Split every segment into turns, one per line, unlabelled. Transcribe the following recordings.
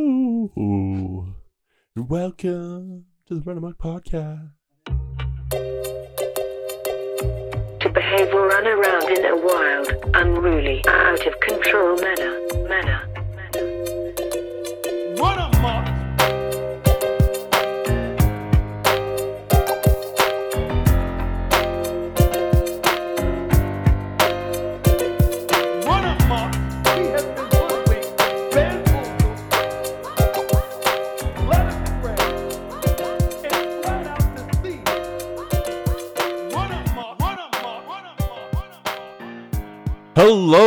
Hello. Welcome to the Run Amok Podcast.
to behave or run around in a wild, unruly, out of control manner. Manner.
Run amok. Run amok. We have been hoodwinked, bamboozled, led astray, and fled out to sea. Run amok, run amok, run amok, run amok.
Hello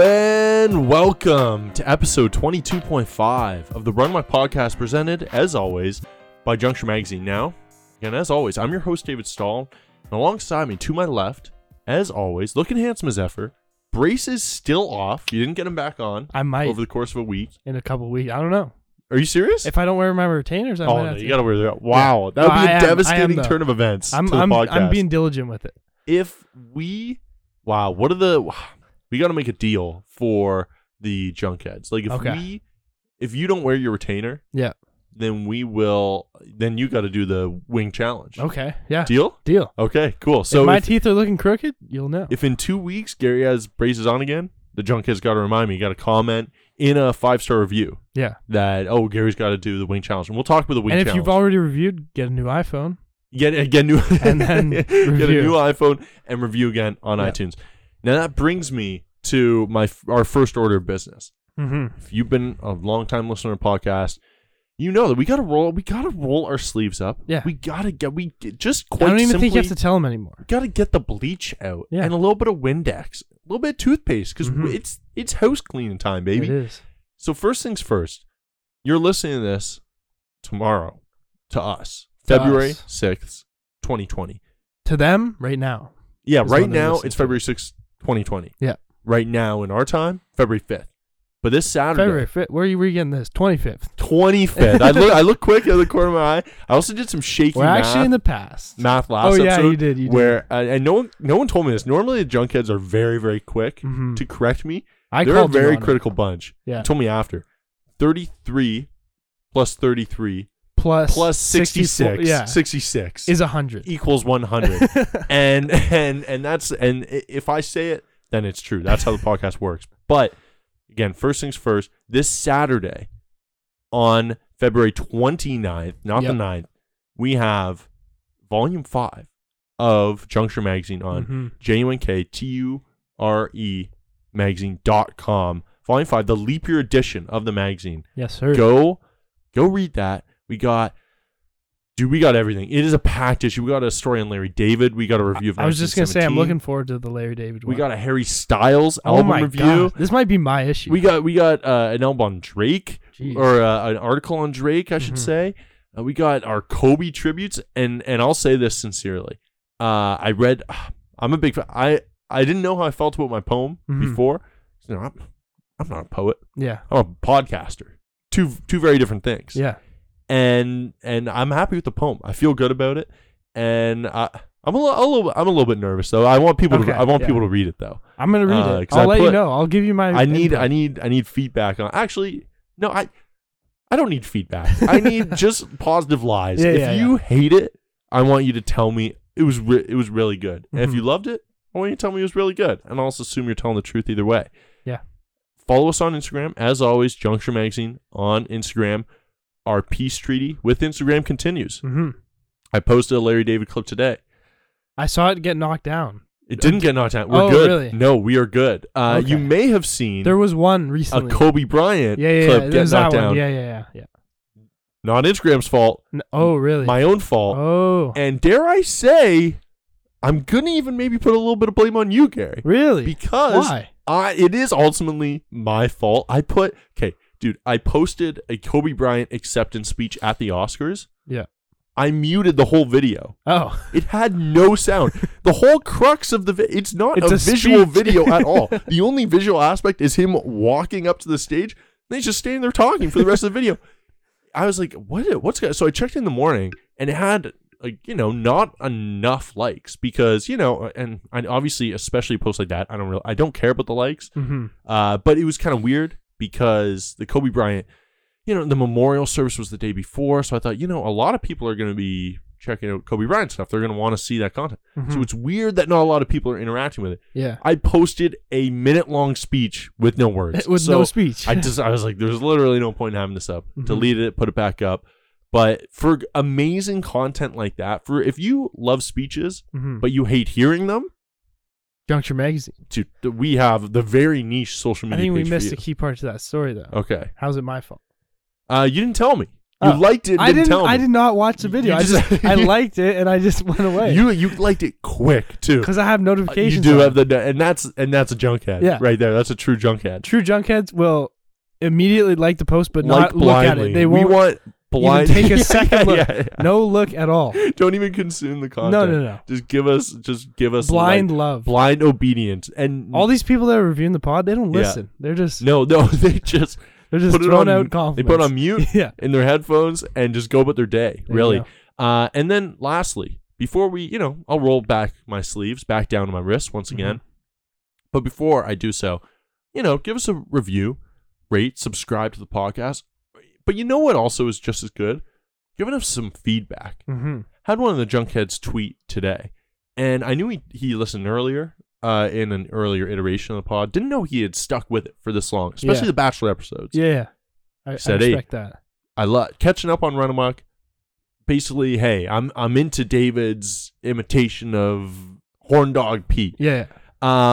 and welcome to episode 22.5 of the Run Amok Podcast, presented as always by Juncture Magazine. Now, again, as always, I'm your host, David Stahl, and alongside me to my left, as always, looking handsome as ever. Braces still off. You didn't get them back on.
I might.
over the course of a week.
in a couple weeks. I don't know
Are you serious?
if I don't wear my retainers. I
oh,
might
no,
have
you
to.
gotta wear that. Wow, that would
No,
be
I
a
am- I am,
devastating
though.
turn of events
I'm
to the
I'm,
podcast.
I'm being diligent with it.
if we wow what are the we got to make a deal for the junkheads like if
Okay.
we if you don't wear your retainer
Yeah.
then we will then you got to do the wing challenge
Okay. Yeah.
deal
Deal.
okay cool
So
so
if my
if,
teeth are looking crooked, you'll know.
if in two weeks gary has braces on again the junkheads got to remind me you got to comment in a five star review
yeah.
that oh gary's got to do the wing challenge and we'll talk about the wing
and if
challenge
you've already reviewed, get a new iPhone.
get get new
And then
get a
review.
new iPhone and review again on
Yeah.
iTunes. Now that brings me to my f- our first order of business.
Mm-hmm.
If you've been a long time listener to podcast, you know that we gotta roll. We gotta roll our sleeves up.
Yeah.
we gotta get we get, just
I
quite
don't even
simply
think you have to tell them anymore.
gotta get the bleach out
Yeah.
and a little bit of Windex, a little bit of toothpaste because
Mhm.
it's it's house cleaning time, baby.
It is.
So first things first, you're listening to this tomorrow to us,
To
February
us.
sixth, twenty twenty.
To them right now.
Yeah,
Is
right
when they're
now
listening
it's
to it.
February sixth, twenty twenty.
Yeah.
Right now in our time, February fifth. But this
February
Saturday,
fifth. Where are you where you getting this? Twenty fifth.
twenty fifth. I look I look quick at the corner of my eye. I also did some shaky
We're
math,
actually in the past.
math last
Oh, yeah, you
episode.
did, you did.
where I- and no one no one told me this. Normally the junkheads are very, very quick
Mhm.
to correct me.
I
They're a
called you
very
on it.
critical bunch.
Yeah.
You told me after. Thirty three plus thirty three
Plus
plus sixty
64
six.
Yeah.
Sixty six
is hundred.
equals 100 and and and that's and i- if i say it then it's true that's how the podcast works but again first things first this saturday on february 29th not
Yep.
the 9th we have volume 5 of juncture magazine on
Mhm.
j-u-n-k-t-u-r-e magazine.com volume 5 the leap year edition of the magazine
Yes, sir.
go go read that we got dude we got everything it is a packed issue we got a story on larry david we got a review of
I was just gonna say
1917.
I'm looking forward to the Larry David one.
we got a harry styles
Oh
album
my
review
gosh, This might be my issue.
we got we got uh, an album on drake
Jeez.
or uh, an article on drake i should
Mhm.
say Uh, we got our kobe tributes and and i'll say this sincerely uh i read i'm a big fan i i didn't know how i felt about my poem
Mhm.
before you know, I'm, I'm not a poet
yeah,
i'm a podcaster two two very different things
yeah.
and and I'm happy with the poem. I feel good about it, and I I'm a, li- a little I'm a little bit nervous though. I want people
Okay,
to I want
yeah.
people to read it though.
I'm gonna read
Uh,
it.
'cause
I'll
I
let
put-
you know. I'll give you my.
I need
input.
I need I need feedback on actually no I I don't need feedback. I need just positive lies.
Yeah,
if
yeah,
you hate it, I want you to tell me it was re- it was really good. And if
Mhm.
you loved it, I want you to tell me it was really good. And I'll just assume you're telling the truth either way.
Yeah.
Follow us on Instagram as always. Juncture Magazine on Instagram. Our peace treaty with Instagram continues.
hmm
I posted a Larry David clip today.
I saw it get knocked down.
It didn't get knocked out. We're
Oh,
good.
really?
No, we are good. Uh, You
Okay.
may have seen
There was one
a
recently.
Kobe Bryant
yeah, yeah, yeah.
clip
There
get
was that
knocked
one.
down.
Yeah, yeah, yeah, yeah.
Not Instagram's fault,
N- oh, really?
my own fault.
oh,
And dare I say, I'm gonna even maybe put a little bit of blame on you, Gary,
really?
because
why?
I it is ultimately my fault. I put okay, dude. I posted a Kobe Bryant acceptance speech at the Oscars.
Yeah.
I muted the whole video.
Oh,
It had no sound. The whole crux of the vi- it's not
It's
a,
a
visual
speech.
video at all. The only visual aspect is him walking up to the stage. And he's just standing there talking for the rest of the video. I was like, what? What's going? So I checked in the morning, and it had like you know not enough likes because you know and I obviously especially a post like that I don't really I don't care about the likes
hmm
uh, but it was kind of weird because the Kobe Bryant, you know, the memorial service was the day before. So I thought, you know, a lot of people are going to be checking out Kobe Bryant stuff. They're going to want to see that content.
Mm-hmm.
So it's weird that not a lot of people are interacting with it.
Yeah.
I posted a minute long speech with no words.
With
So
no speech.
I just, I was like, there's literally no point in having this up.
Mhm.
Deleted it, put it back up. But for amazing content like that, for if you love speeches,
Mhm.
but you hate hearing them,
Juncture Magazine.
dude, we have the very niche social
I
media.
think we
page for
missed a
you.
key part to that story though.
Okay.
How's it my fault?
Uh, you didn't tell me. You
Oh.
liked it. Didn't
I didn't.
Tell me.
I did not watch the
You
video. I
just-
just I liked it and I just went away.
You you liked it quick too.
because I have
Uh, You
notifications.
do
on.
have the and that's and that's a junkhead.
Yeah.
Right there. That's a true junkhead.
true junkheads will immediately like the post but
like
not look at it.
blindly.
They
we
won't
want blind.
take a
Yeah,
second
yeah,
look.
yeah, Mm. yeah.
no look at all.
Don't even consume the content.
No, no, no.
Just give us. Just give us
Blind
like,
love.
blind obedience. And
All these people that are reviewing the pod, they don't
Yeah.
listen. They're just
No, no. They just
they're just
put it
throwing
on.
out
they
compliments.
put on mute
yeah.
in their headphones and just go about their day.
There you
really.
go.
Uh, and then lastly, before we, you know, I'll roll back my sleeves, back down to my wrists once
Mm-hmm.
again. But before I do so, you know, give us a review, rate, subscribe to the podcast. But you know what also is just as good? Giving us some feedback.
Mhm.
Had one of the junkheads tweet today, and I knew he, he listened earlier uh, in an earlier iteration of the pod. Didn't know he had stuck with it for this long, especially
Yeah.
the Bachelor episodes.
Yeah. yeah. I, I
Said eight.
respect that.
I love catching up on Run Amok. Basically, hey, I'm I'm into David's imitation of Horn Dog Pete,
Yeah. yeah.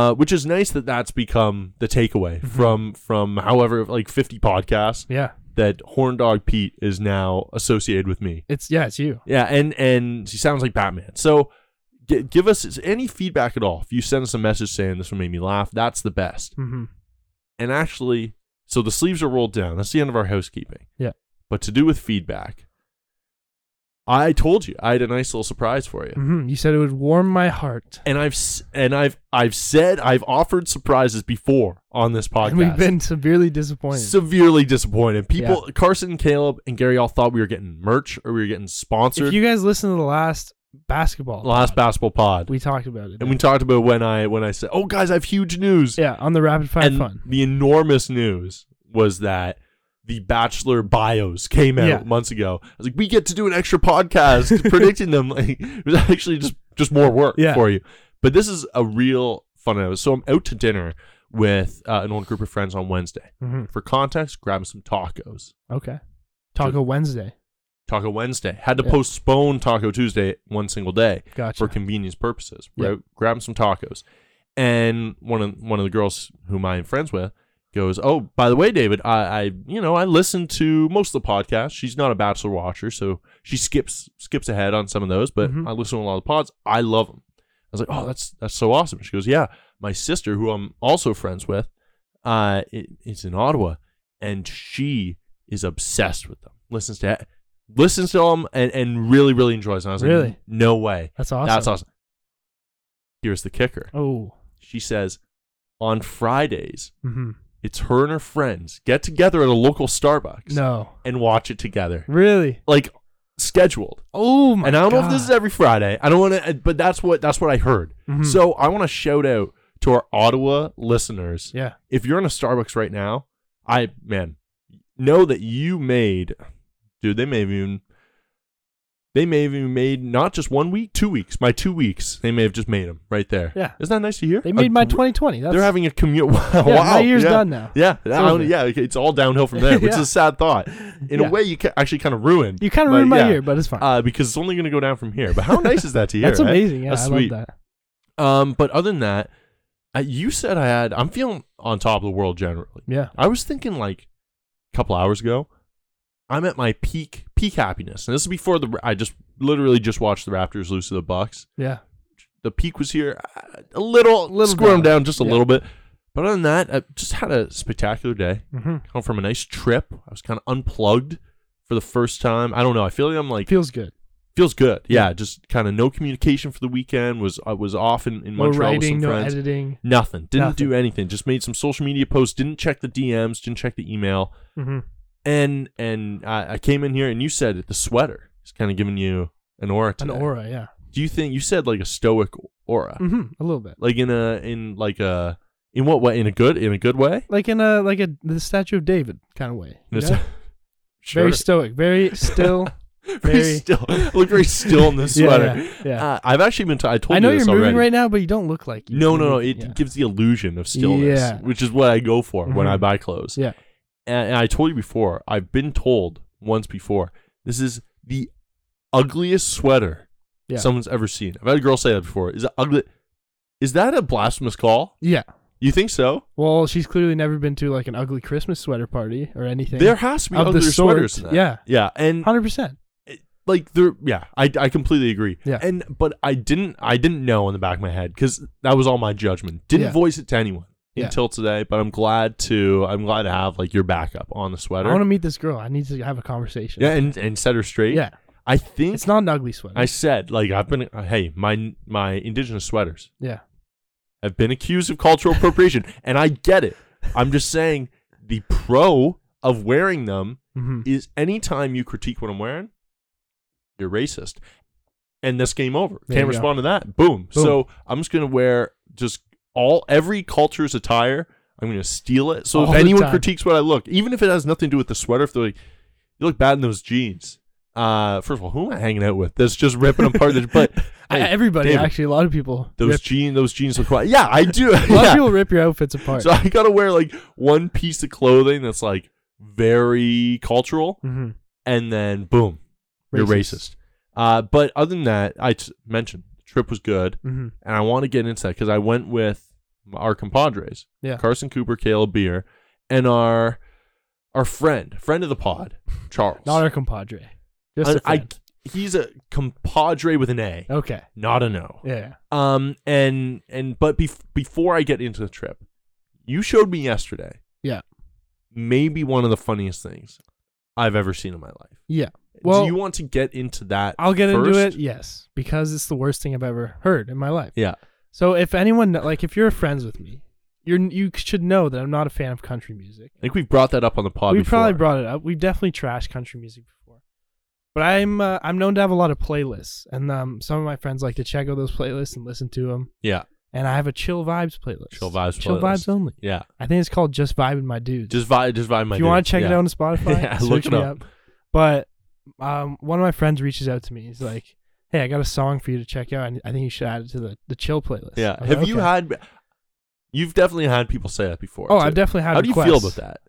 uh, which is nice that that's become the takeaway
Mm-hmm.
from from however like 50 podcasts
Yeah.
that Horn Dog Pete is now associated with me.
It's yeah, it's you.
Yeah, and and he sounds like Batman. So g- give us any feedback at all. If you send us a message saying this one made me laugh, that's the best.
Mm-hmm.
And actually, so the sleeves are rolled down. That's the end of our housekeeping.
Yeah.
But to do with feedback, I told you I had a nice little surprise for you.
hmm You said it would warm my heart.
And I've s- and I've I've said I've offered surprises before on this podcast.
And we've been severely disappointed.
severely disappointed. People, Carson, Caleb, and Gary all thought we were getting merch or we were getting sponsored.
if you guys listen to the last basketball,
Last basketball pod,
we talked about it.
and we talked about when I when I said, "Oh guys, I have huge news."
yeah, on the rapid fire
and
fun.
the enormous news was that the Bachelor bios came out
Yeah.
months ago. I was like, we get to do an extra podcast predicting them. Like, it was actually just just more work
Yeah.
for you. But this is a real fun hour. So I'm out to dinner with uh, an old group of friends on Wednesday.
Mhm.
For context, grabbing some tacos.
Okay. Taco Wednesday.
Taco Wednesday had to
Yeah.
postpone Taco Tuesday one single day
Gotcha.
for convenience purposes.
Yeah.
Right? Grab some tacos. And one of one of the girls whom I'm friends with goes, Oh, by the way, David, I, I you know, I listen to most of the podcasts. She's not a bachelor watcher, so she skips skips ahead on some of those, but
Mhm.
I listen to a lot of the pods. I love them. I was like, Oh, that's that's so awesome. She goes, Yeah, my sister, who I'm also friends with, uh, i- is in Ottawa, and she is obsessed with them. Listens to listens to them and, and really really enjoys them. I was like,
Really?
no way,
That's awesome.
that's awesome. Here's the kicker.
Oh.
She says on Fridays,
hmm
it's her and her friends get together at a local Starbucks
No.
and watch it together.
Really?
Like scheduled.
Oh my
and I don't know if
God.
this is every Friday. I don't want to but that's what that's what I heard.
Mhm.
So I want to shout out to our Ottawa listeners.
Yeah.
If you're in a Starbucks right now, I man, know that you made dude, they may have even they may have even made not just one week, two weeks. My two weeks, they may have just made them right there.
Yeah.
isn't that nice to hear?
They
A
made my
gr-
2020. That's,
They're having a commute. wow,
Yeah,
wow,
my year's
yeah.
done now.
Yeah, I
over.
don't- yeah, it's all downhill from there, which is
Yeah.
a sad thought. In
Yeah.
a way, you ca- actually kind of ruined.
You kind of
but
ruined my
yeah,
year, but it's fine.
uh, because it's only going to go down from here. But how nice is that to hear?
that's
right?
amazing. Yeah,
That's
I
sweet.
love that.
Um, but other than that, I, you said I had. I'm feeling on top of the world generally.
Yeah.
I was thinking like a couple hours ago, I'm at my peak peak happiness, and this is before the. I just literally just watched the Raptors lose to the Bucks.
Yeah.
The peak was here, uh, a little,
Little
little squirmed
down.
down just a
Yeah.
little bit. But other than that, I just had a spectacular day.
hmm
Come from a nice trip. I was kind of unplugged for the first time. I don't know. I feel like I'm like
Feels good.
feels good. Yeah, just kind of no communication for the weekend. Was I was off in, in
No
Montreal with
writing,
some
no
friends.
editing.
Nothing. Didn't
Nothing.
do anything. Just made some social media posts. Didn't check the DMs. Didn't check the email.
hmm
And and I, I came in here and you said that the sweater is kind of giving you an aura
An
today.
aura, yeah.
Do you think you said like a stoic aura,
hmm a little bit.
like in a in like a in what way? In a good in a good way?
Like in a like a the Statue of David kind of way. you
In a
know?
st- sure.
Very stoic, very still.
Very
very-
still. I look very still in this
Yeah,
sweater.
yeah, yeah.
Uh, I've actually been. T- I told
I know
you
you're
this
moving
already.
right now, but you don't look like you.
No,
You're
no, no. It
moving- yeah.
gives the illusion of stillness,
Yeah.
which is what I go for when I
Mhm.
buy clothes.
Yeah.
And, and I told you before, I've been told once before, this is the ugliest sweater
Yeah.
someone's ever seen. I've had a girl say that before. Is it ugly? Is that a blasphemous call?
yeah.
You think so?
Well, she's clearly never been to like an ugly Christmas sweater party or anything.
There has to be
Of the
uglier
sort,
sweaters than that.
yeah.
Yeah. And
hundred percent.
like there yeah, I, I completely agree.
Yeah.
And but I didn't I didn't know in the back of my head because that was all my judgment. Didn't
Yeah.
voice it to anyone
Yeah.
until today, but I'm glad to I'm glad to have like your backup on the
I
sweater.
want to meet this girl. I need to have a conversation.
yeah, and, and set her straight.
yeah.
I think
It's not an ugly sweater.
I said like I've been uh, hey, my my indigenous sweaters
yeah,
have been accused of cultural appropriation and I get it. I'm just saying the pro of wearing them
hmm
is anytime you critique what I'm wearing, you're racist. And this game over.
There
Can't
you go.
respond to that. Boom. So I'm just gonna wear just all every culture's attire. I'm gonna steal it. So
All
if
the
anyone
time.
critiques what I look, even if it has nothing to do with the sweater, if they're like, "You look bad in those jeans," uh, first of all, who am I hanging out with? That's just ripping apart. The, but
I-
hey,
everybody
David,
actually, a lot of people.
those
rip-
jeans, those jeans look. quite- Yeah, I do.
a lot
Yeah.
of people rip your outfits apart.
So I gotta wear like one piece of clothing that's like very cultural
hmm
and then boom, you're racist.
Racist.
Uh, but other than that, I t- mentioned the trip was good,
hmm
and I want to get into that because I went with our compadres,
Yeah.
Carson Cooper, Caleb Beer, and our our friend, friend of the pod, Charles.
Not our compadre. Just
I-
a
I-
friend.
he's a compadre with an A,
okay.
not a no.
Yeah.
Um, and and but bef- before I get into the trip, you showed me yesterday
Yeah.
maybe one of the funniest things I've ever seen in my life.
Yeah. Well,
Do you want to get into that?
I'll get into it.
first?
Yes, because it's the worst thing I've ever heard in my life.
Yeah.
So if anyone like if you're friends with me, you're you should know that I'm not a fan of country music.
I think we've brought that up on the pod.
we
before.
probably brought it up. We've definitely trashed country music before. But I'm uh, I'm known to have a lot of playlists, and um, some of my friends like to check out those playlists and listen to them.
Yeah,
And I have a chill vibes playlist.
chill vibes.
Chill
playlist.
vibes only.
Yeah,
I think it's called Just Vibing My Dudes.
just vibe. Just vibe. My.
if you
dude.
want to check it
Yeah.
out on Spotify,
Yeah,
search
look it
me
up.
But um, one of my friends reaches out to me. He's like, "Hey, I got a song for you to check out. and I think you should add it to the, the chill playlist."
Yeah.
I'm
Have
like,
you
"Okay."
had? You've definitely had people say that before.
Oh,
too.
I've definitely had.
How do you feel
requests.
about that?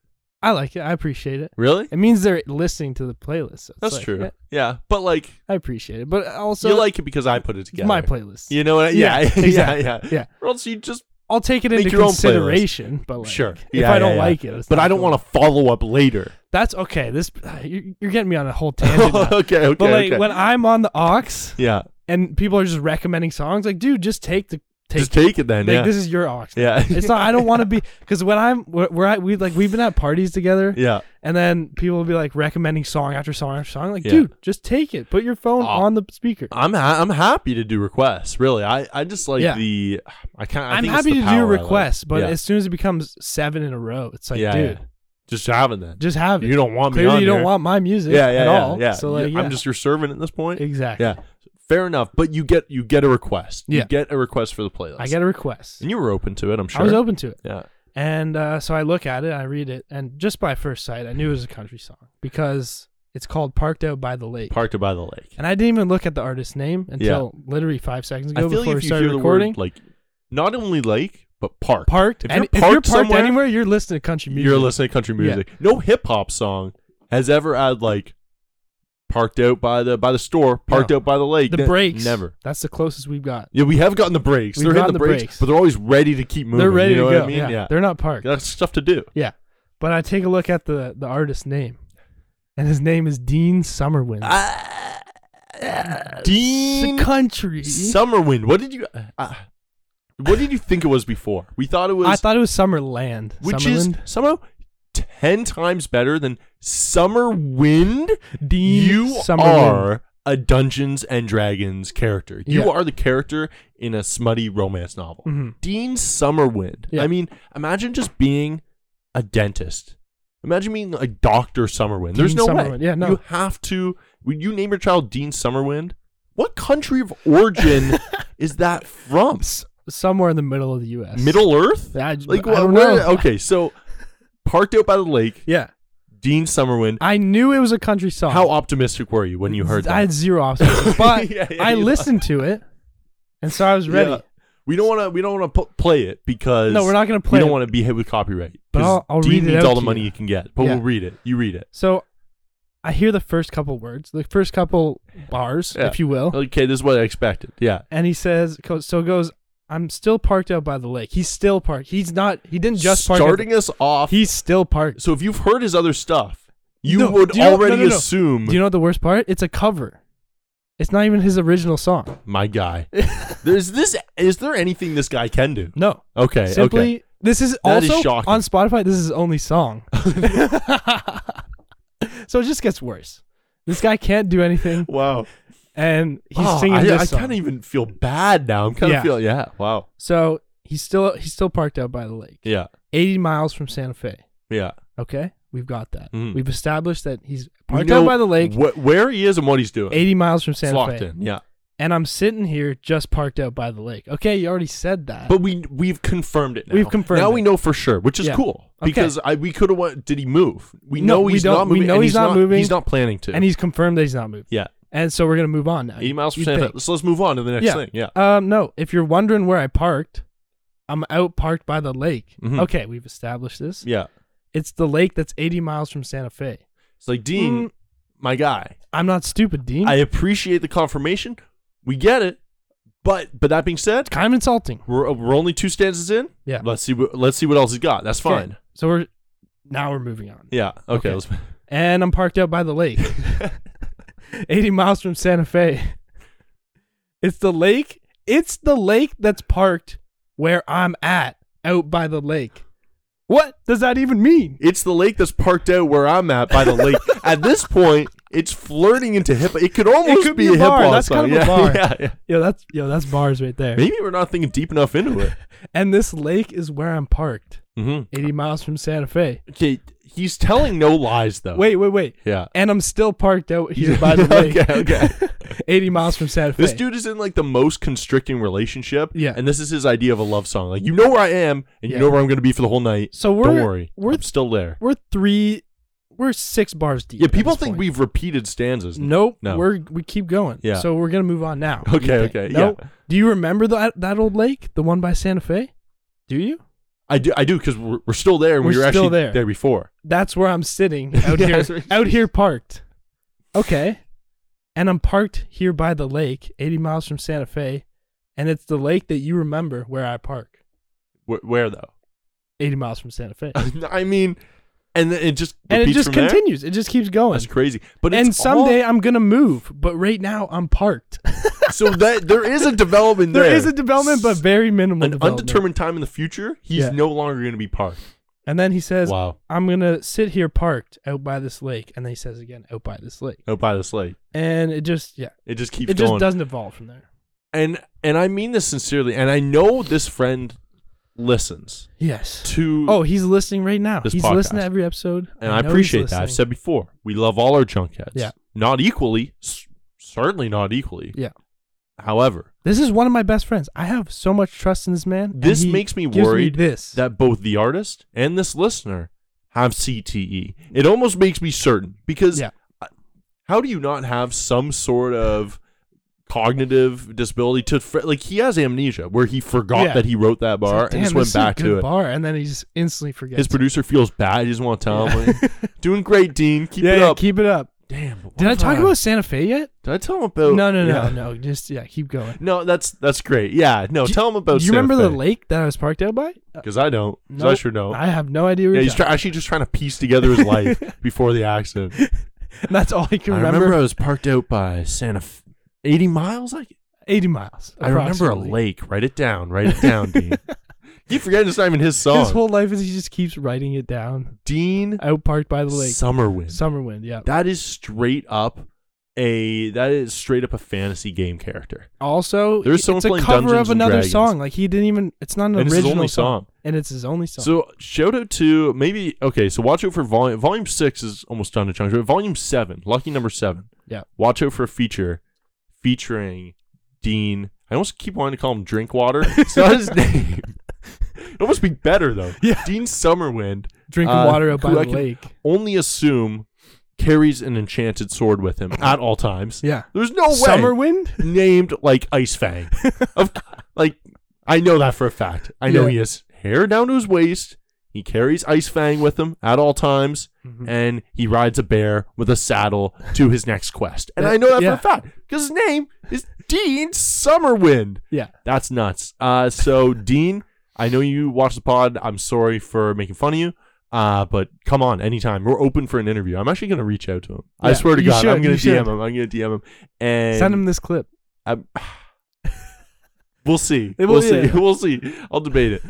I like it. I appreciate it.
Really?
It means they're listening to the playlist. so it's
That's
like,
true.
eh,
Yeah. but like
I appreciate it, but also
you like it because I put it
it's
together.
my playlist.
You know what? I, yeah,
Yeah,
yeah,
exactly.
yeah, yeah.
Yeah.
Or else you just
I'll take it
Make
into
your own playlist.
consideration, but like,
sure.
if
Yeah,
I don't
yeah, yeah.
like it, it's
but
not
I don't
cool.
want to follow up later.
That's okay. This you're, you're getting me on a whole tangent. now.
okay, okay,
but like
okay.
when I'm on the aux
yeah,
and people are just recommending songs, like dude, just take the take.
just take it then.
like
yeah.
this is your aux.
yeah.
It's not. I don't want to be because when I'm we're, we're at we like we've been at parties together,
yeah.
and then people will be like recommending song after song after song. Like
Yeah.
dude, just take it. Put your phone
Oh.
on the speaker.
I'm ha- I'm happy to do requests. Really, I, I just like
Yeah.
the I can't. I
I'm
think it's
happy
the
to
power I
do
like.
requests, but
Yeah.
as soon as it becomes seven in a row, it's like,
yeah,
dude,
yeah. just having that.
just have it.
You don't want me
Clearly,
on
you don't
here.
want my music
yeah, yeah,
at
yeah,
all.
Yeah,
So like,
You- I'm
yeah.
just your servant at this point.
exactly.
Yeah, fair enough. But you get you get a request. You
Yeah.
get a request for the playlist.
I get a request.
and you were open to it. I'm sure.
I was open to it,
Yeah,
and uh, so I look at it, I read it, and just by first sight, I knew it was a country song because it's called "Parked Out by the Lake."
parked by the lake.
and I didn't even look at the artist's name until literally five seconds
I
ago
feel like
before
if
we
you
started
hear the
recording.
word like, not only lake but park.
parked,
If
and
you're parked
if you're parked
somewhere,
anywhere, you're listening to country music.
You're listening to country
Yeah.
music. No hip hop song has ever had like parked out by the by the store, parked
No.
out by the lake.
The
Ne-
breaks.
Never.
That's the closest we've got.
Yeah, we have gotten the breaks.
We've
they're hitting
gotten
the
the
breaks,
breaks.
but they're always ready to keep moving.
They're ready
you know
to go.
what I mean?
yeah.
Yeah.
they're not parked.
That's stuff to do.
Yeah, but I take a look at the the artist's name, and his name is Dean Summerwind.
Dean
the country.
Summerwind. What did you uh, What did you think it was before? We thought it was
I thought it was Summerland.
which is
Summerland.
somehow 10 times better than Summer Wind.
Dean
you
Summerwind.
are a Dungeons and Dragons character. You
Yeah.
are the character in a smutty romance novel.
Mhm.
Dean Summerwind.
Yeah.
I mean, imagine just being a dentist. Imagine being a Doctor Summerwind. There's
Dean
no way.
Summerwind. Yeah, no.
You have to. Would you name your child Dean Summerwind? What country of origin is that from?
somewhere in the middle of the U.S.
Middle Earth?
Yeah, I j-
Like uh,
I don't
where-
know.
Okay, so parked out by the lake,
Yeah,
Dean Summerwin.
I knew it was a country song.
How optimistic were you when you heard
I
that?
had zero options, but
Yeah, yeah,
I
you-
listened to it, and so I was ready.
Yeah. We don't want to. We don't want to pu- play it because
No, we're not gonna play
We don't
it.
want to be hit with copyright.
But
'cause
I'll- I'll
Dean
read it
needs
out
all the
to
money
you.
you can get, but
Yeah.
we'll read it. You read it.
So I hear the first couple words, the first couple bars,
Yeah.
if you will,
Okay, this is what I expected. Yeah.
and he says, co- "So it goes." I'm still parked out by the lake. He's still parked. He's not. He didn't just park. at the-
starting us off.
He's still parked.
so if you've heard his other stuff, you
No,
would
do you know- no,
already
no, no.
assume
Do you know what the worst part? It's a cover. It's not even his original song.
my guy. There's this. Is there anything this guy can do?
No.
Okay.
Simply, this is
That is
also
shocking.
on Spotify. This is his only song. so it just gets worse. This guy can't do anything,
okay. Wow.
and he's
Oh,
singing
I,
this
I
song.
kind of even feel bad now. I'm kind of
Yeah.
feel. Yeah. Wow.
So he's still he's still parked out by the lake,
Yeah.
80 miles from Santa Fe.
Yeah.
Okay, we've got that.
Mhm.
We've established that he's
We
parked
know
out by the lake,
wh- where he is and what he's doing.
80 miles from
It's
Santa
locked
Fe,
in. Yeah.
and I'm sitting here just parked out by the lake. Okay, you already said that.
But we we've confirmed it now.
We've confirmed
Now
it.
we know for sure, which is
Yeah.
cool
Okay.
because I we could have went. Did he move? We
No,
know
we
he's
don't-
not
we
moving.
know
and
he's not moving.
He's not planning to.
and he's confirmed that he's not moving.
yeah,
And so we're gonna move on now.
eighty miles per
You'd
Santa.
think.
So let's move on to the next
yeah.
thing. Yeah,
Um, no, if you're wondering where I parked, I'm out parked by the lake.
Mhm.
Okay, we've established this.
yeah.
It's the lake that's 80 miles from Santa Fe.
It's like Dean,
Mm.
my guy.
I'm not stupid, Dean.
I appreciate the confirmation. We get it, but but that being said,
kind of insulting.
we're we're only two stanzas in.
Yeah.
Let's see what let's see what else he's got. That's
Okay,
fine.
So we're now we're moving on.
Yeah. Okay.
Okay.
Let's,
And I'm parked out by the lake, 80 miles from Santa Fe. It's the lake. It's the lake that's parked where I'm at, out by the lake. What does that even mean?
it's the lake that's parked out where I'm at by the lake. at this point, it's flirting into hip. It could almost
could
be,
be a
hip
bar.
hop
That's
song.
kind of a
yeah,
bar.
yeah, yeah.
Yo, that's yo, that's bars right there.
Maybe we're not thinking deep enough into it.
And this lake is where I'm parked,
mm-hmm.
80 miles from Santa Fe.
Okay, he's telling no lies though.
Wait, wait, wait.
yeah.
And I'm still parked out here by the lake.
Okay, okay.
80 miles from Santa Fe.
This dude is in like the most constricting relationship.
Yeah.
And this is his idea of a love song. Like, you know where I am and
Yeah.
you know where I'm going to be for the whole night.
So we're
Don't worry.
we're
I'm still there.
we're three we're six bars deep.
Yeah,
at
people
this
think
point.
we've repeated stanzas.
Nope.
No.
We're we keep going.
Yeah.
So we're gonna move on now.
Okay,
You think.
okay,
Nope.
yeah.
Do you remember that that old lake? The one by Santa Fe? Do you?
I do, I do, because we're, we're still there and we
We're
were
still
actually
there.
before.
That's where I'm sitting out
Yeah,
here
that's right.
out here parked. Okay. And I'm parked here by the lake, 80 miles from Santa Fe, and it's the lake that you remember where I park,
Where, where though?
80 miles from Santa Fe.
I mean, and then it just
and it
repeats
just
from there?
continues. It just keeps going.
That's crazy. But
and
it's
someday
all-
I'm gonna move, but right now I'm parked.
so that there is a development.
there is a development, but very minimal.
an
development.
undetermined time in the future, he's
Yeah.
no longer going to be parked.
And then he says,
Wow.
"I'm gonna sit here parked out by this lake." And then he says again, "Out by this lake."
Oh, by this lake,
And it just yeah,
it just keeps
it just
going.
doesn't evolve from there.
and and I mean this sincerely, and I know this friend listens
Yes.
to.
Oh, he's listening right now.
This
He's
podcast.
listening to every episode,
and
I
I
know he's
appreciate that. I've
listening.
said before, we love all our junkheads.
Yeah.
Not equally, s- certainly not equally.
Yeah.
However,
This is one of my best friends. I have so much trust in this man. and
this
he
makes me
gives
worried
this
that both the artist and this listener have CTE. It almost makes me certain because
Yeah.
I- how do you not have some sort of cognitive disability to fr- like he has amnesia where he forgot
Yeah.
that he wrote that
It's
bar
like,
and
"Damn,
just
this
went
is a
back
good
to it.
bar, and then he just instantly forgets.
His
it.
producer feels bad. He doesn't want to tell him. like, Doing great, Dean. Keep
yeah,
it
yeah,
up.
keep it up.
Damn. what
Did I
if
talk about Santa Fe yet?
Did I tell him about?
no, no, no,
Oh, yeah.
no. Just yeah, keep going.
No, that's that's great. Yeah, no.
Do-
tell him about.
Do you remember the lake that I was parked out by? Uh,
Because I don't. 'Cause I
nope.
sure don't.
I have no idea. Where
yeah,
you're
he's try- actually just trying to piece together his life before the accident.
talking. That's all I can
I
remember.
remember, I was parked out by Santa F- 80 miles? I,
Eighty miles.
I remember a
approximately.
lake. Write it down. Write it down, Dean. Keep forgetting it's not even his song.
His whole life is he just keeps writing it down.
Dean
Out parked by the lake.
Summerwind.
Summerwind. Yeah.
that is straight up a that is straight up a fantasy game character.
also,
There's
he-
someone
it's a
playing
cover
Dungeons
of
and
another
Dragons.
song. Like he didn't even. It's not an
And it's
original
his only song.
and it's his only song.
So shout out to maybe okay. So watch out for volume volume six is almost done to chunks, but volume seven, lucky number seven.
Yeah.
Watch out for a feature featuring Dean. I almost keep wanting to call him Drinkwater. It's not his name. It almost be better though.
Yeah.
Dean Summerwind.
Drinking
uh,
water out by
who
the
I can
lake.
Only assume carries an enchanted sword with him at all times.
Yeah.
There's no way
Summer wind?
named like Ice Fang. of like I know that for a fact. I know
Yeah.
he has hair down to his waist. He carries Ice Fang with him at all times,
Mm-hmm.
and he rides a bear with a saddle to his next quest. And I know that
Yeah.
for a fact because his name is Dean Summerwind.
Yeah.
That's nuts. Uh, so Dean, I know you watch the pod. I'm sorry for making fun of you. Uh, but come on, anytime we're open for an interview. I'm actually gonna reach out to him. I
Yeah,
swear to
you
God, I'm
should,
gonna
you should.
DM him. I'm gonna DM him. And
Send him this clip.
I'm, we'll see.
It
we'll
will-
see.
yeah.
We'll see. I'll debate it.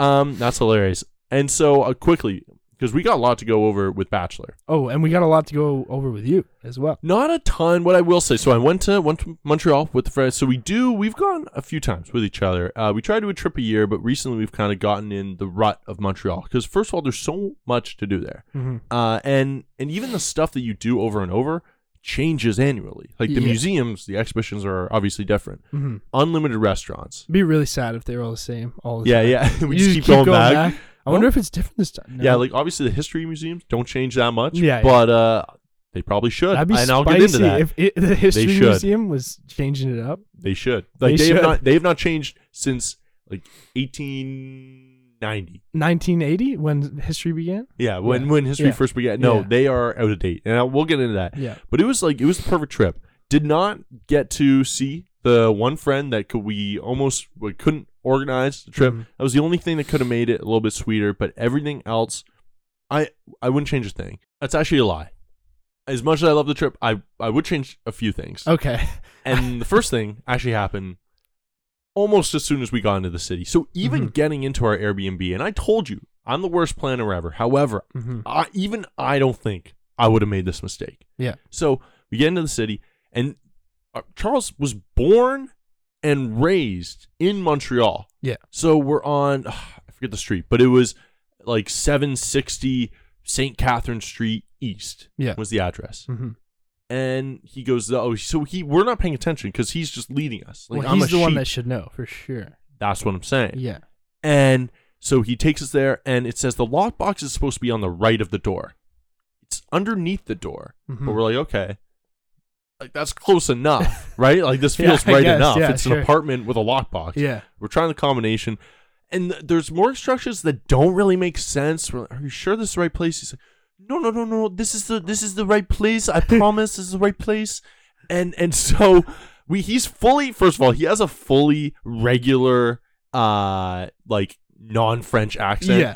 Um, that's hilarious. And so uh, quickly, because we got a lot to go over with Bachelor.
Oh, and we got a lot to go over with you as well.
Not a ton. What I will say, so I went to went to Montreal with the friends. So we do. We've gone a few times with each other. Uh, we try to do a trip a year, but recently we've kind of gotten in the rut of Montreal because first of all, there's so much to do there, uh, and and even the stuff that you do over and over changes annually. Like the
Yeah. Mm-hmm.
museums, the exhibitions are obviously different. Unlimited restaurants.
It'd be really sad if they were all the same. All the
Yeah,
time.
yeah. we
You
just keep, going, back.
I wonder if it's different this time. No.
Yeah, like obviously the history museums don't change that much.
Yeah, yeah.
but uh, they probably should.
that'd be
and
spicy
I'll get into that.
if it, the history
should.
museum was changing it up.
they should. Like they,
They
have
should.
not. They have not changed since like 1890.
1980 when history began.
Yeah, when
Yeah.
when history
Yeah.
first began. No,
Yeah.
they are out of date, and I, we'll get into that.
Yeah.
but it was like it was the perfect trip. Did not get to see the one friend that could we almost we couldn't organize the trip.
Mhm.
That was the only thing that could have made it a little bit sweeter. But everything else, I I wouldn't change a thing. That's actually a lie. As much as I love the trip, I I would change a few things.
Okay.
And the first thing actually happened almost as soon as we got into the city. So even
Mm-hmm.
getting into our Airbnb, and I told you I'm the worst planner ever. However,
Mhm.
I, even I don't think I would have made this mistake.
Yeah.
So we get into the city, and uh, Charles was born and raised in Montreal.
Yeah.
So we're on, I forget the street, but it was like 760 St. Catherine Street East.
Yeah.
Was the address.
Mhm.
And he goes, oh, so he we're not paying attention because he's just leading us. Like
well,
I'm
he's
a
the one
sheep.
that should know for sure.
That's what I'm saying.
Yeah.
And so he takes us there, and it says the lockbox is supposed to be on the right of the door. It's underneath the door,
Mhm.
but we're like, okay, like that's close enough, right? Like this
Yeah,
feels
I
right
guess.
enough.
Yeah,
it's an
sure.
apartment with a lockbox.
Yeah.
we're trying the combination, and th- there's more structures that don't really make sense. We're like, are you sure this is the right place? He's like, no, no, no, no. This is the this is the right place. I promise, this is the right place. And and so we he's fully first of all he has a fully regular uh like non-French accent.
Yeah.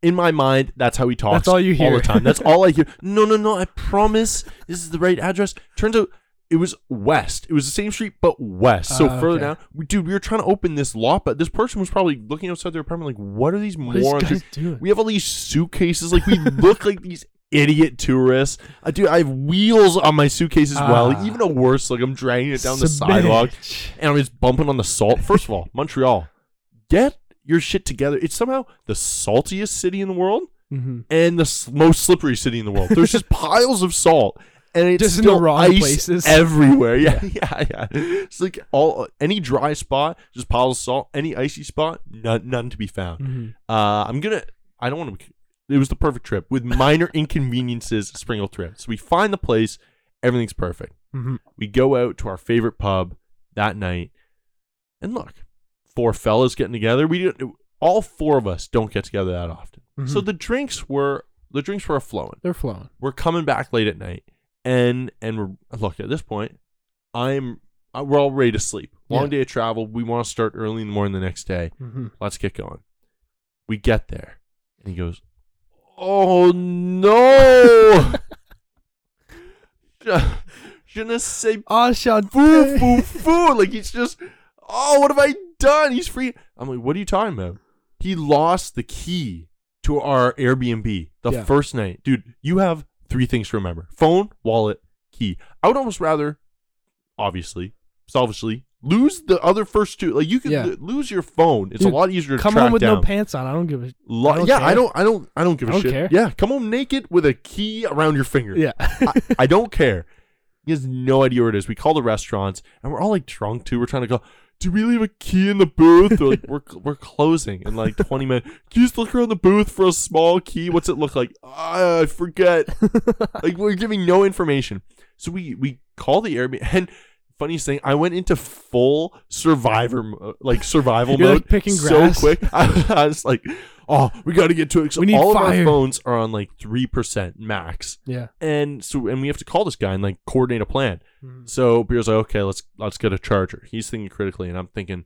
In my mind, that's how he talks.
That's all you
all
hear.
the time. That's all I hear. No, no, no. I promise, this is the right address. Turns out it was west. It was the same street, but west. So
Ah,
further
okay.
down, we, dude, we were trying to open this lot, but this person was probably looking outside their apartment, like, what are these
What is
morons?
guys
doing?
doing?
We have all these suitcases. Like we look like these idiot tourists. Uh, dude, I have wheels on my suitcase as well. Like,
Ah.
even a worse, like I'm dragging it down the
Submit.
sidewalk and I'm just bumping on the salt. First of all, Montreal, get your shit together. It's somehow the saltiest city in the world
Mhm.
and the s- most slippery city in the world. There's just piles of salt. And it's
Just in the
still
wrong
ice
places.
everywhere. Yeah, yeah, yeah. It's like all any dry spot, just piles of salt. Any icy spot, none, none to be found.
Mhm.
Uh, I'm gonna. I don't want to. It was the perfect trip with minor inconveniences sprinkled throughout. So we find the place. Everything's perfect.
Mhm.
We go out to our favorite pub that night, and look, four fellas getting together. We didn't. All four of us don't get together that often. So
Mhm.
the drinks were the drinks were flowing.
They're flowing.
We're coming back late at night, and and we're look at this point. I'm I- we're all ready to sleep. Long
Yeah.
day of travel. We want to start early in the morning the next day
Mm-hmm.
let's get going. We get there. And he goes, Oh no! Je, je ne sais
Oh, Sean.
foo foo foo. Like he's just, oh, what have I done? He's free. I'm like, what are you talking about? He lost the key to our Airbnb the
Yeah.
first night, dude. You have three things to remember: phone, wallet, key. I would almost rather, obviously, selfishly, lose the other first two. Like you could
Yeah.
lo- lose your phone. It's
Dude,
a lot easier to
Come
track
home with
down.
no pants on. I don't give a.
Lo-
I don't
yeah, I
care.
don't, I don't, I don't give a
I don't
shit.
care.
Yeah, come home naked with a key around your finger.
Yeah.
I, I don't care. He has no idea where it is. We call the restaurants, and we're all like drunk too. We're trying to go. Do we leave a key in the booth? They're like, we're we're closing in like twenty minutes. Can you just look around the booth for a small key? What's it look like? Ah, I forget. like we're giving no information. So we we call the Airbnb. And funniest thing, I went into full survivor mo- like survival
You're,
mode
like, picking
so
grass.
quick. I, was like, oh, we got to get to it. So
We need
all of
fire.
our phones are on like three percent max
Yeah.
and so and we have to call this guy and like coordinate a plan.
Mhm.
So Beer's like, okay, let's let's get a charger. He's thinking critically, and I'm thinking,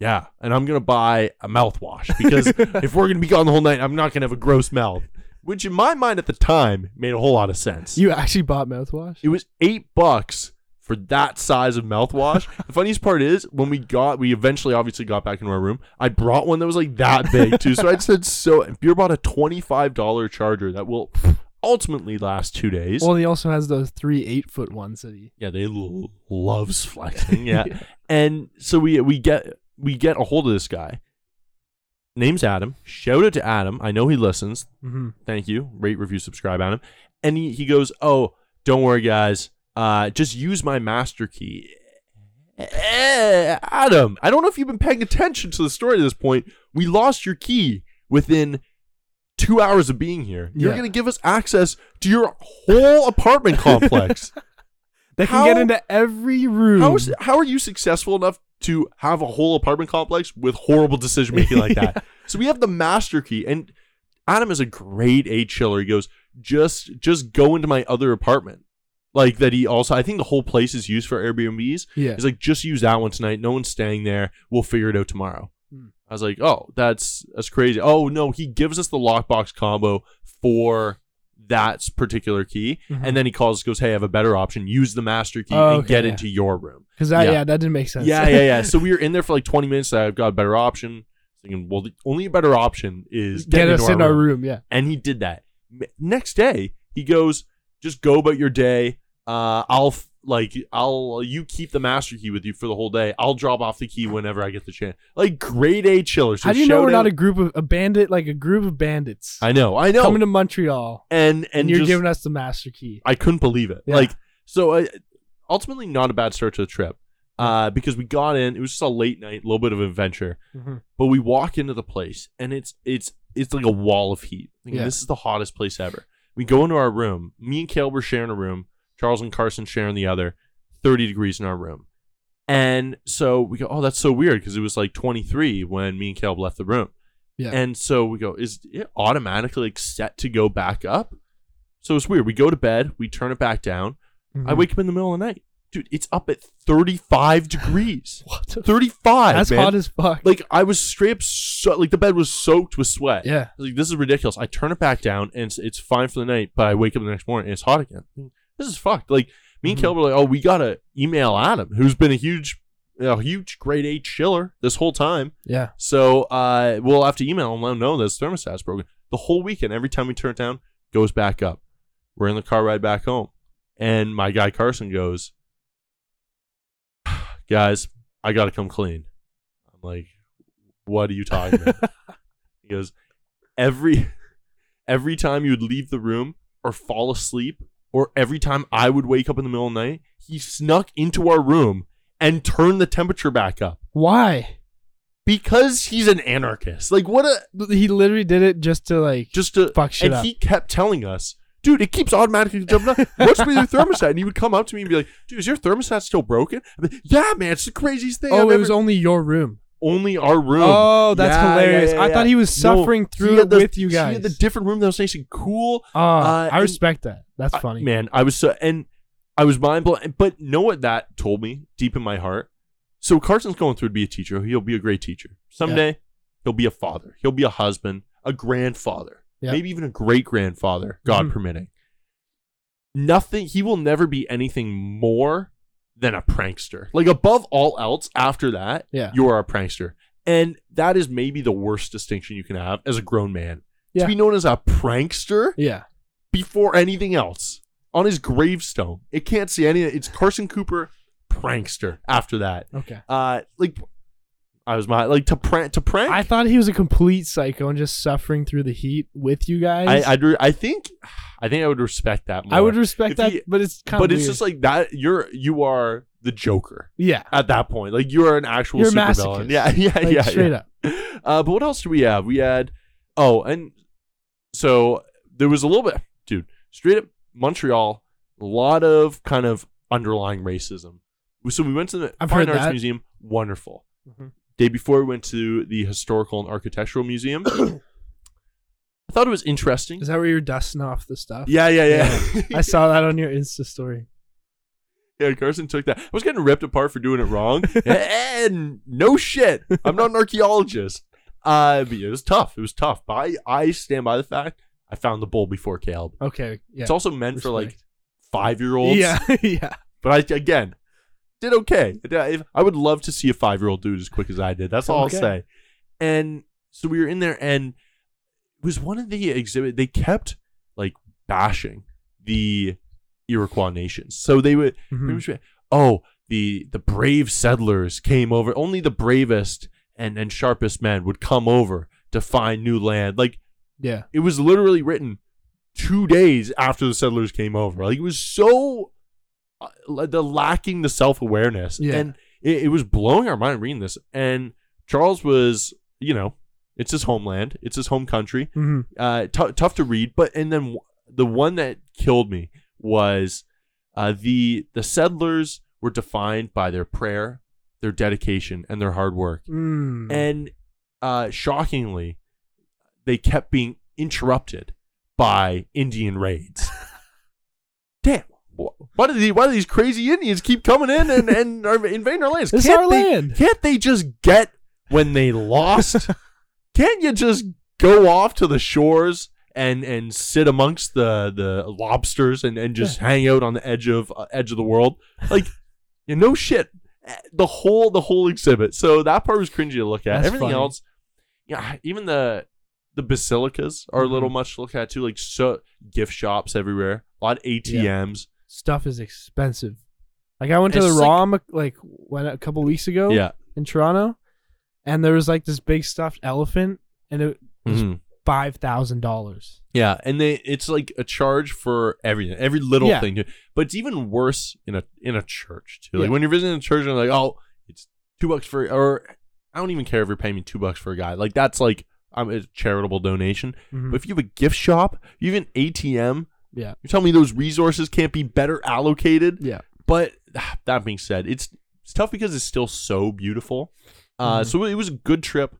yeah, and I'm gonna buy a mouthwash because if we're gonna be gone the whole night, I'm not gonna have a gross mouth. Which in my mind at the time made a whole lot of sense.
You actually bought mouthwash?
it was eight bucks for that size of mouthwash. the funniest part is when we got we eventually obviously got back into our room. I brought one that was like that big too. so I said so Beer bought a twenty five dollar charger that will ultimately last two days.
Well, he also has those three eight foot ones that he.
Yeah, they l- loves flexing. Yeah. and so we we get we get a hold of this guy. Name's Adam. Shout out to Adam. I know he listens.
Mm-hmm.
Thank you. Rate, review, subscribe, Adam. And he, he goes, Oh, don't worry, guys. Uh, just use my master key. Eh, Adam, I don't know if you've been paying attention to the story at this point. We lost your key within two hours of being here. You're
Yeah.
going to give us access to your whole apartment complex.
They can
How-
get into every room.
How is how are you successful enough to have a whole apartment complex with horrible decision making like that? So we have the master key, and Adam is a grade A chiller. He goes, just just go into my other apartment. Like that he also I think the whole place is used for Airbnbs.
Yeah.
He's like, just use that one tonight. No one's staying there. We'll figure it out tomorrow.
Hmm.
I was like, oh, that's that's crazy. Oh no, he gives us the lockbox combo for that particular key,
Mhm.
and then he calls, goes, hey, I have a better option. Use the master key
Oh,
and
okay,
get
yeah.
into your room.
Because that,
Yeah.
yeah. that didn't make sense.
Yeah, yeah, yeah. So we were in there for like 20 minutes. I've got a better option. Thinking, well, the only better option is
Get
getting
us
into
in our room. Yeah.
And he did that. M- Next day, he goes, just go about your day. Uh, I'll f- like I'll you keep the master key with you for the whole day. I'll drop off the key whenever I get the chance. Like grade A chiller. So
How do you know
shout
we're
out-
not a group of a bandit like a group of bandits
I know, I know.
coming to Montreal
and and,
and, you're
just-
giving us the master key?
I couldn't believe it.
Yeah.
Like so, I, ultimately, not a bad start to the trip. Uh, because we got in, it was just a late night, a little bit of adventure. but we walk into the place and it's it's it's like a wall of heat. Like,
Yeah.
This is the hottest place ever. We go into our room. Me and Kale were sharing a room. Charles and Carson sharing the other. Thirty degrees in our room, and so we go. Oh, that's so weird because it was like twenty three when me and Caleb left the room.
Yeah.
And so we go. Is it automatically like set to go back up? So it's weird. We go to bed. We turn it back down. I
Mhm.
wake up in the middle of the night, dude. It's up at thirty five degrees.
What the-
Thirty five.
That's
man
hot as fuck.
like I was straight up so, like the bed was soaked with sweat.
Yeah.
I was like this is ridiculous. I turn it back down and it's, it's fine for the night, but I wake up the next morning and it's hot again. This is fucked. Like me and
Mhm.
Caleb were like, oh, we gotta email Adam, who's been a huge, a huge grade A chiller this whole time.
yeah.
So uh, we'll have to email him. Let him know this thermostat's broken. The whole weekend, every time we turn it down, goes back up. We're in the car ride back home, and my guy Carson goes, "Guys, I gotta come clean." I'm like, "What are you talking about?" he goes, "Every every time you would leave the room or fall asleep, or every time I would wake up in the middle of the night, he snuck into our room and turned the temperature back up."
Why?
because he's an anarchist. Like what a
He literally did it just to like.
just a
Fuck shit
and
up.
he kept telling us, dude, it keeps automatically jumping up. What's with your thermostat? And he would come up to me and be like, dude, is your thermostat still broken? i would be, yeah, man, it's the craziest thing.
oh,
I've
it was
ever-"
only your room.
only our room.
Oh, that's hilarious. I thought he was suffering through
had
it with you
He had the
guys.
different room that was nice and cool.
Uh,
Uh,
I
and-
respect that. That's
I-
funny.
man, I was so and I was mind blown. But know what that told me deep in my heart. So Carson's going through to be a teacher. He'll be a great teacher someday. He'll be a father. He'll be a husband, a grandfather,
Yeah.
maybe even a great grandfather, God
Mhm.
permitting. Nothing. He will never be anything more than a prankster. Like above all else, after that,
Yeah.
you are a prankster, and that is maybe the worst distinction you can have as a grown man.
Yeah.
To be known as a prankster
Yeah.
before anything else on his gravestone. It can't see any. It's Carson Cooper prankster. After that,
Okay.
uh, like I was my like to prank to prank.
I thought he was a complete psycho and just suffering through the heat with you guys.
I I, drew- I think I think I would respect that more.
I would respect
If
that,
he-
but it's kind
but
of
it's just like that. You're you are the Joker
yeah,
at that point. Like you are an actual
You're a
supervillain.
masochist.
Yeah, yeah,
like
yeah.
straight
yeah.
up.
Uh, but what else do we have? We had oh, and so there was a little bit, dude. Straight up Montreal, a lot of kind of underlying racism. So we went to the
I've
Fine
heard
Arts
that.
Museum. Wonderful.
Mhm.
Day before we went to the Historical and Architectural Museum. I thought it was interesting.
Is that where you're dusting off the stuff?
yeah, yeah, yeah.
I saw that on your Insta story.
Yeah, Carson took that. I was getting ripped apart for doing it wrong. and no shit. I'm not an archaeologist. Uh, but it was tough. It was tough. But I, I stand by the fact I found the bull before Caleb.
Okay, yeah,
It's also meant for like
Respect.
five year olds.
yeah, yeah.
But I, again, did okay. I- I I would love to see a five year old do it as quick as I did. That's all
Okay.
I'll say. And so we were in there, and it was one of the exhibit. They kept like bashing the Iroquois nations. So they would.
Mhm.
It was- oh, the the brave settlers came over. Only the bravest and and sharpest men would come over to find new land. Like
yeah.
it was literally written two days after the settlers came over. Like it was so uh, la- the lacking the self awareness,
Yeah.
and it, it was blowing our mind reading this. And Charles was, you know, it's his homeland, it's his home country
Mm-hmm.
uh, tou- tough to read. But and then w- the one that killed me was uh, the the settlers were defined by their prayer, their dedication, and their hard work.
Mm.
And uh, shockingly, they kept being interrupted by Indian raids. Damn. wh- Why do, the, why do these crazy Indians keep coming in and, and are invading our lands?
This is
can't
our
they,
land.
Can't they just get when they lost? can't you just go off to the shores and and sit amongst the the lobsters and and just hang out on the edge of uh, edge of the world like you know shit Eh, the whole the whole exhibit so that part was cringy to look at
That's
everything
funny.
else yeah even the the basilicas are a little
Mhm.
much to look at too like so gift shops everywhere a lot of atms
Stuff is expensive. Like I went to
It's
the
like-
ROM like when a couple weeks ago.
yeah
in Toronto, and there was like this big stuffed elephant, and it was
Mhm.
five thousand dollars.
Yeah, and they it's like a charge for everything, every little
Yeah.
thing. Too. But it's even worse in a in a church too. Like
Yeah.
when you're visiting a church and like, oh, it's two bucks for, or I don't even care if you're paying me two bucks for a guy. Like that's like I'm a charitable donation.
Mm-hmm.
But if you have a gift shop, you have an ATM.
Yeah,
You're telling me those resources can't be better allocated?
yeah,
But that being said, it's it's tough because it's still so beautiful. Uh,
Mhm.
So it was a good trip,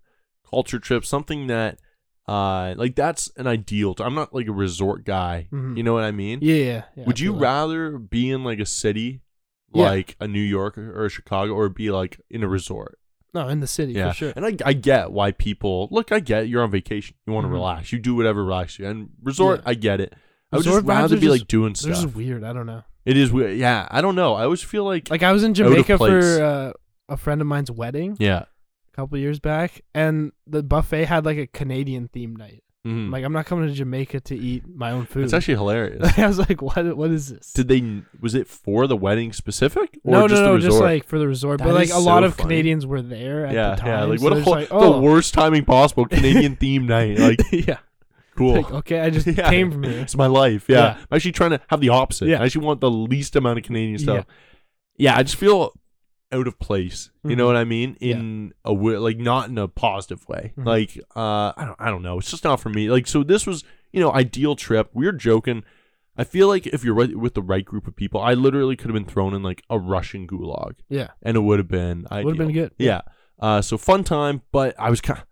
culture trip, something that uh, like that's an ideal. i I'm not like a resort guy.
Mhm.
You know what I mean?
yeah. yeah, yeah,
Would
I
you
feel that.
rather be in like a city,
Yeah.
like a New York or a Chicago, or be like in a resort?
No, in the city for sure.
And I, I get why people look. I get you're on vacation. You want to
Mhm.
relax. You do whatever relaxes you. And resort,
Yeah.
I get it. I would
Resort
just
vibes
rather
are
be like
just-
doing
They're
stuff.
just weird. I don't know.
It is weird. Yeah, I don't know. I always feel like
Like I was in
Out of
Jamaica
place.
for uh, a friend of mine's wedding
yeah.
a couple years back, and the buffet had like a Canadian themed night.
Mhm.
I'm like I'm not coming to Jamaica to eat my own food.
It's actually hilarious.
I was like, what? What is this?
Did they? Was it for the wedding specific, or
no,
just
no, no,
the resort?
just like for the resort,
That
but like
is
a lot
so
of
funny.
Canadians were there at
yeah,
the time.
yeah. Like
so
what a
they're just
whole,
like, oh.
the worst timing possible Canadian theme night. Like
yeah,
cool.
Like, okay, I just
Yeah.
came from here.
It's my life. Yeah.
Yeah.
I'm actually trying to have the opposite.
Yeah.
I actually want the least amount of Canadian stuff. Yeah, I just feel out of place. You know
Mhm.
what I mean?
Yeah.
In a way, like not in a positive way.
Mhm.
Like uh, I don't, I don't know. It's just not for me. Like so, this was you know ideal trip. We were joking. I feel like if you're right, with the right group of people, I literally could have been thrown in like a Russian gulag.
Yeah.
and it would have been ideal.
Would've been good.
Yeah. Uh, so fun time, but I was kind,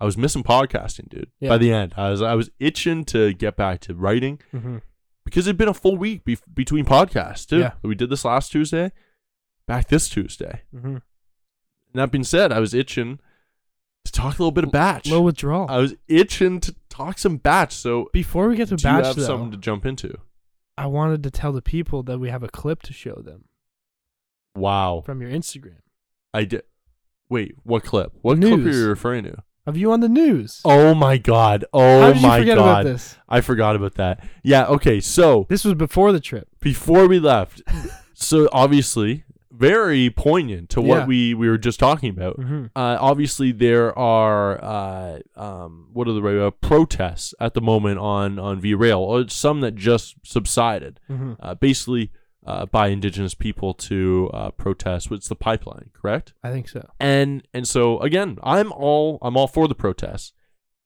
I was missing podcasting, dude.
Yeah.
By the end, I was I was itching to get back to writing
Mhm.
because it'd been a full week bef between podcasts too.
Yeah.
We did this last Tuesday, back this Tuesday.
Mhm.
And that being said, I was itching to talk a little bit of batch.
Low withdrawal.
I was itching to talk some batch. So
Before we get to
do you
batch,
have
though,
something to jump into?
I wanted to tell the people that we have a clip to show them
Wow,
from your Instagram
I did. Wait, what clip? What clip are
News.
you referring to?
of you on the news.
Oh my god! Oh
How did
my
you forget
god!
about this?
I forgot about that. Yeah. Okay. So
This was before the trip.
before we left, so obviously very poignant to what
Yeah.
we, we were just talking about.
Mhm.
Uh, obviously, there are uh, um, what are the uh, protests at the moment on on V Rail, or some that just subsided,
Mhm.
uh, basically uh, by Indigenous people to uh, protest. It's the pipeline, correct?
I think so.
and and so again i'm all i'm all for the protests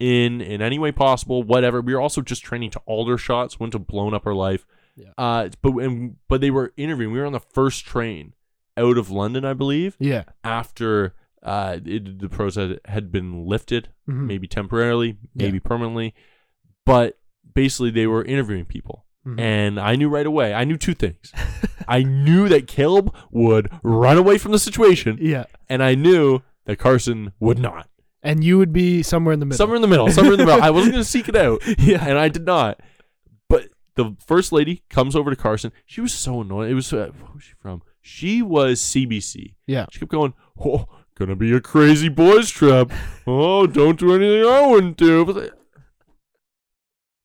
in in any way possible whatever we were also just training to alder shots wouldn't have blown up our life
Yeah.
uh but and, but they were interviewing we were on the first train out of london i believe
Yeah.
after uh it, the protest had been lifted
Mhm.
maybe temporarily
Yeah.
maybe permanently but basically they were interviewing people
Mhm.
and i knew right away i knew two things i knew that caleb would run away from the situation
Yeah.
and I knew that Carson would not.
And you would be somewhere in the middle.
Somewhere in the middle. Somewhere in the middle. I wasn't going to seek it out. Yeah. And I did not. But the first lady comes over to Carson. She was so annoyed. It was, uh, where was she from? She was CBC.
Yeah.
She kept going, oh, gonna be a crazy boys trip. Oh, don't do anything I wouldn't do. But like,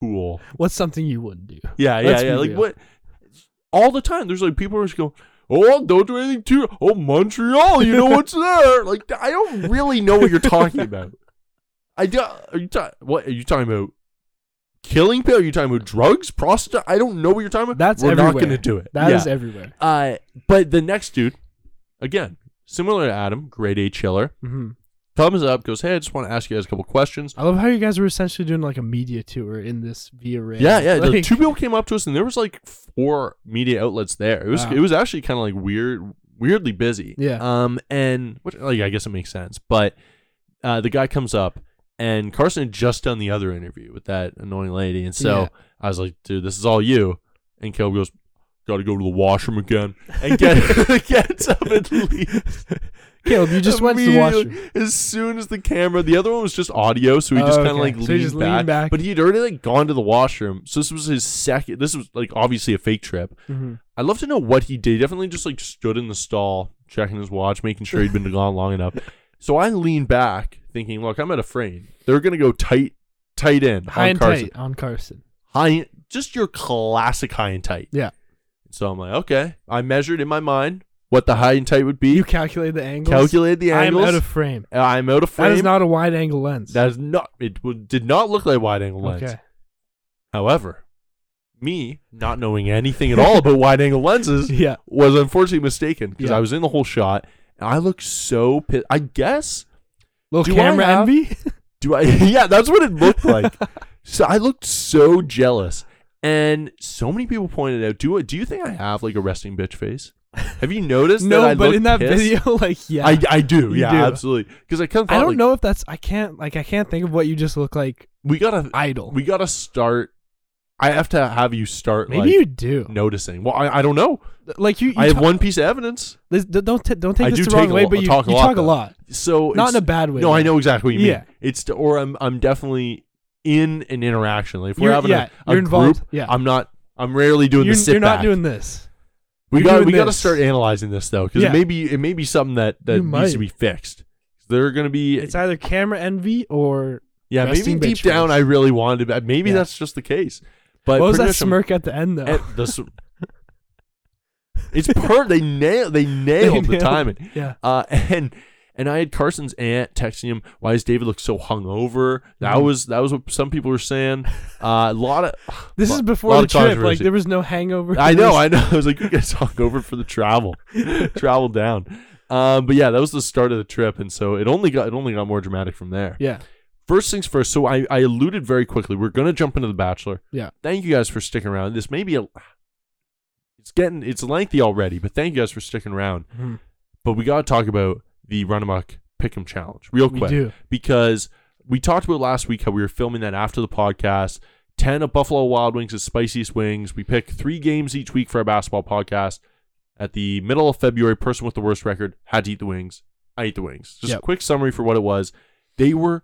cool.
What's something you wouldn't do?
Yeah, yeah,
Let's be
yeah. Like
real.
what? All the time. There's like people who are just going, "Oh, don't do anything to oh Montreal, you know what's there." Like I don't really know what you're talking about. I do. Are you ta- what are you talking about? Killing people? Are you talking about drugs, prostitute? I don't know what you're talking about.
That's
we're
everywhere.
not going to do it.
That is
Yeah.
everywhere.
uh, but the next dude, again, similar to Adam, grade A chiller,
hmm
comes up, goes, "Hey, I just want to ask you guys a couple questions."
I love how you guys were essentially doing like a media tour in this via rail.
Yeah, yeah. the
Like-
two people came up to us, and there was like four media outlets there. It was
Wow.
it was actually kind of like weird, weirdly busy.
Yeah.
Um, and which like I guess it makes sense, but uh, the guy comes up, and Carson had just done the other interview with that annoying lady, and so
Yeah.
I was like, dude, this is all you. And Caleb goes, got to go to the washroom again, and get, gets up and leaves.
Caleb, you just went to the
Immediately,
washroom.
As soon as the camera, the other one was just audio, so he just
Oh,
kind of
okay.
like
So he
leaned,
just
back.
leaned back.
But he had already like gone to the washroom, so this was his second. This was like obviously a fake trip.
Mhm.
I'd love to know what he did. He definitely just like stood in the stall, checking his watch, making sure he'd been gone long enough. So I leaned back, thinking, "Look, I'm at a frame. They're gonna go tight, tight end
High
on
and
Carson.
tight on Carson.
High, just your classic high and tight."
Yeah.
So I'm like, okay. I measured in my mind what the high and tight would be.
You calculated the angles.
calculated the angles.
I'm out of frame.
I'm out of frame.
That is not a wide angle lens.
That is not. It w- did not look like wide angle lens.
okay.
However, me not knowing anything at all about wide angle lenses
Yeah.
was unfortunately mistaken because
Yeah.
I was in the whole shot and I looked so pissed. I guess
Little
Do I
camera
have-
envy.
do I? yeah, that's what it looked like. so I looked so jealous, and so many people pointed out. Do do you think I have like a resting bitch face? Have you noticed?
no,
that I
but
look
in that
pissed?
video, like yeah,
I, I do.
You
yeah,
do.
absolutely. Because I kind of
I don't
like,
know if that's I can't like I can't think of what you just look like
We gotta
idol.
we gotta start. I have to have you start.
Maybe
like,
you do.
noticing. Well, I, I don't know.
Like you, you
I have
talk-
one piece of evidence.
This, d- don't t- don't take
I
this
do
the wrong
take a
way,
lo-
but you
talk a
you
lot,
talk
though.
a lot.
So it's-
Not in a bad way.
No, I
though.
know exactly what you
Yeah.
mean. It's to, or I'm I'm definitely in an interaction. Like if we're
You're-
having
yeah,
a, a
you're involved.
group,
Yeah.
I'm not. I'm rarely doing
You're,
the sit
you're not
back.
doing this.
we
you're
got
doing
we got to
this.
start analyzing this though, because
Yeah.
maybe it may be something that that
You
needs to
might.
be fixed. They're gonna be
It's either camera envy or
yeah. Maybe
resting
deep
bitch
down,
face.
I really wanted. to be- Maybe
Yeah.
that's just the case. But
what
pretty
was that
much I'm-
smirk at the end though?
eh, the s- it's per they nailed they nailed the
nailed-
timing.
yeah.
Uh, and and I had Carson's aunt texting him, "Why does David look so hungover?" That
Mhm.
was that was what some people were saying. Uh, a lot of
This
lo-
is
lot
before the
of
trip. Like
controversy.
there was no hangover.
I
There
know,
was-
I know. I was like, "You guys hungover for the travel, travel down." Um, but yeah, that was the start of the trip, and so it only got it only got more dramatic from there.
Yeah.
First things first. So I I alluded very quickly. We're gonna jump into the Bachelor.
Yeah.
Thank you guys for sticking around. This may be a it's getting it's lengthy already, but thank you guys for sticking around.
Mhm.
But we gotta talk about the Run Amok Pick'em Challenge real
We
quick
do.
because we talked about last week how we were filming that after the podcast. Ten of Buffalo Wild Wings is spiciest wings. We pick three games each week for our basketball podcast. At the middle of February, person with the worst record had to eat the wings. I ate the wings. Just a
Yep.
quick summary for what it was. They were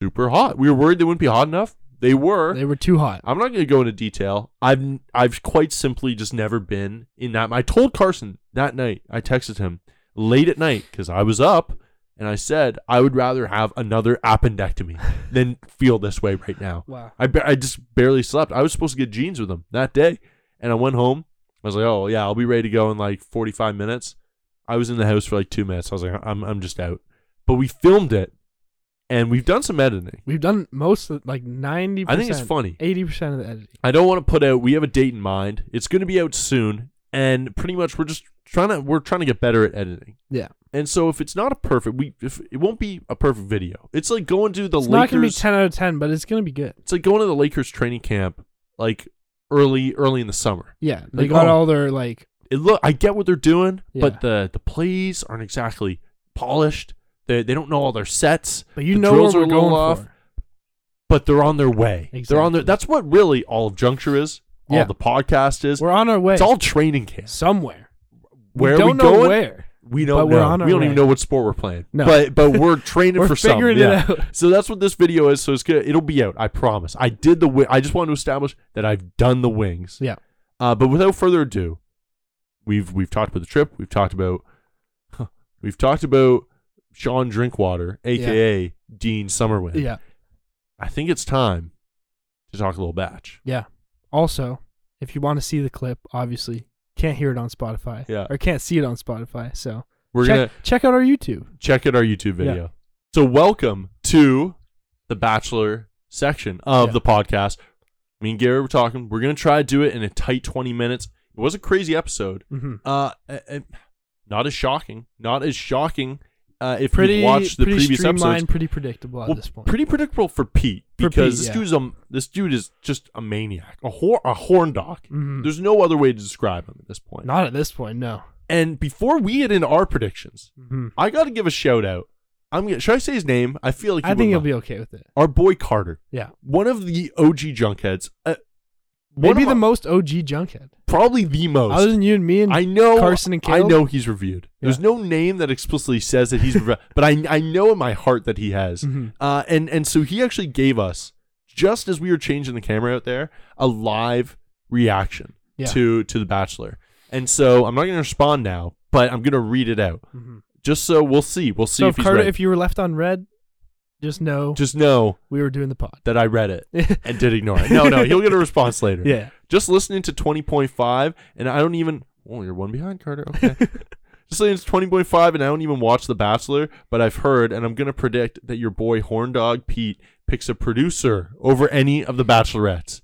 super hot. We were worried they wouldn't be hot enough. They were.
They were too hot.
I'm not going to go into detail. I've I've quite simply just never been in that. I told Carson that night. I texted him late at night because I was up, and I said I would rather have another appendectomy than feel this way right now.
Wow.
I ba- I just barely slept. I was supposed to get jeans with him that day, and I went home. I was like, oh yeah, I'll be ready to go in like 45 minutes. I was in the house for like two minutes. I was like, I'm I'm just out. But we filmed it, and we've done some editing.
We've done most of like ninety.
I think it's funny.
Eighty percent of the editing.
I don't want to put out. We have a date in mind. It's going to be out soon, and pretty much we're just trying to we're trying to get better at editing.
Yeah,
And so if it's not a perfect, we if it won't be a perfect video. It's like going to the
it's not
Lakers.
gonna be ten out of ten, but it's gonna be good.
it's like going to the Lakers training camp like early early in the summer.
Yeah, they
Like,
got
oh.
all their like.
It look I get what they're doing,
Yeah.
but the the plays aren't exactly polished. They they don't know all their sets.
But you
The
know
drills
where
are
we're
a little
going
off.
for.
But they're on their way. They're on their
Exactly.
that's what really all of juncture is. All
Yeah.
the podcast is.
We're on our way.
it's all training camp.
somewhere.
Where
we
are
don't
we
know
going?
where.
We don't
But we're
know.
on our
we don't even
way.
know what sport we're playing.
No.
But but we're training
We're
for something.
figuring it
yeah.
out.
So that's what this video is. So it's gonna it'll be out. I promise. I did the wi- I just wanted to establish that I've done the wings.
Yeah.
Uh, but without further ado, we've we've talked about the trip. We've talked about we've talked about Sean Drinkwater, aka Dean Summerwin.
Yeah.
I think it's time to talk a little batch.
Yeah. Also, if you want to see the clip, obviously can't hear it on Spotify.
Yeah.
Or can't see it on Spotify. So
We're
check,
gonna
check out our YouTube.
check out our YouTube
Yeah.
video. So welcome to the Bachelor section of
Yeah.
the podcast. Me and Gary were talking. We're gonna try to do it in a tight twenty minutes. It was a crazy episode.
Mm-hmm.
Uh, uh, uh, not as shocking. Not as shocking. Uh, if
Pretty
you watched the
pretty
previous
streamlined,
episodes,
pretty predictable at
Well,
this point.
pretty predictable for Pete
For
because
Pete,
this
yeah.
dude's um this dude is just a maniac, a hor- a horn dog.
Mhm.
There's no other way to describe him at this point.
Not at this point, no.
and before we get into our predictions,
Mm-hmm.
I got to give a shout out. I'm gonna, should I say his name? I feel like he
I think
would
he'll
not.
be okay with it.
our boy Carter,
Yeah.
one of the OG junkheads. Uh, one
Maybe
of
the
my-
most OG junkhead.
probably the most.
Other than you and me and
I know
Carson and Caleb.
I know he's reviewed. There's
Yeah.
no name that explicitly says that he's reviewed, but I I know in my heart that he has.
Mhm.
Uh, and and so he actually gave us just as we were changing the camera out there a live reaction
Yeah.
to to the Bachelor. And so I'm not going to respond now, but I'm going to read it out
Mhm.
just so we'll see. We'll see
So
if he's
Carter,
right.
if you were left on red, just know
Just know
we were doing the pod.
that I read it and did ignore it. No, no, he'll get a response later.
Yeah.
Just listening to 20.5, and I don't even. Oh, you're one behind, Carter. Okay. Just listening to 20.5, and I don't even watch The Bachelor, but I've heard, and I'm going to predict that your boy Horn Dog Pete picks a producer over any of The Bachelorettes.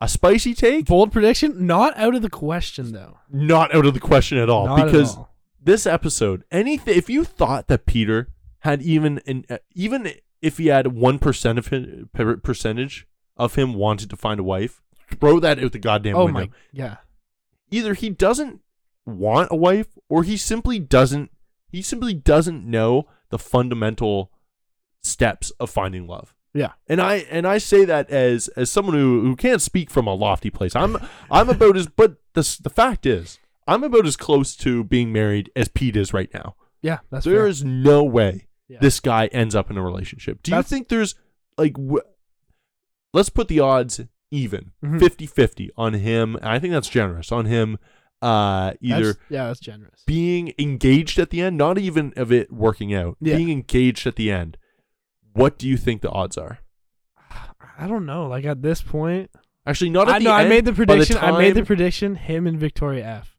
A spicy take?
Bold prediction, not out of the question though.
Not out of the question at all.
Not at
because
all.
this episode, anything, if you thought that Peter had even, an, uh, even if he had 1% of him, per- percentage of him wanted to find a wife, throw that out the goddamn
Oh
window
my, yeah.
either he doesn't want a wife or he simply doesn't he simply doesn't know the fundamental steps of finding love
Yeah.
and i and i say that as as someone who who can't speak from a lofty place i'm i'm about as but the s- the fact is i'm about as close to being married as pete is right now
Yeah, that's
there
fair.
is no way
Yeah.
this guy ends up in a relationship do you
That's-
think there's like wh- let's put the odds even
Mhm.
50-50 on him and i think that's generous on him uh either
That's- yeah, that's generous.
being engaged at the end not even of it working out
Yeah.
being engaged at the end what do you think the odds are
I don't know. Like at this point,
actually not at
I
the
know I
end,
made the
by
prediction. I made the
time-
prediction. Him and Victoria F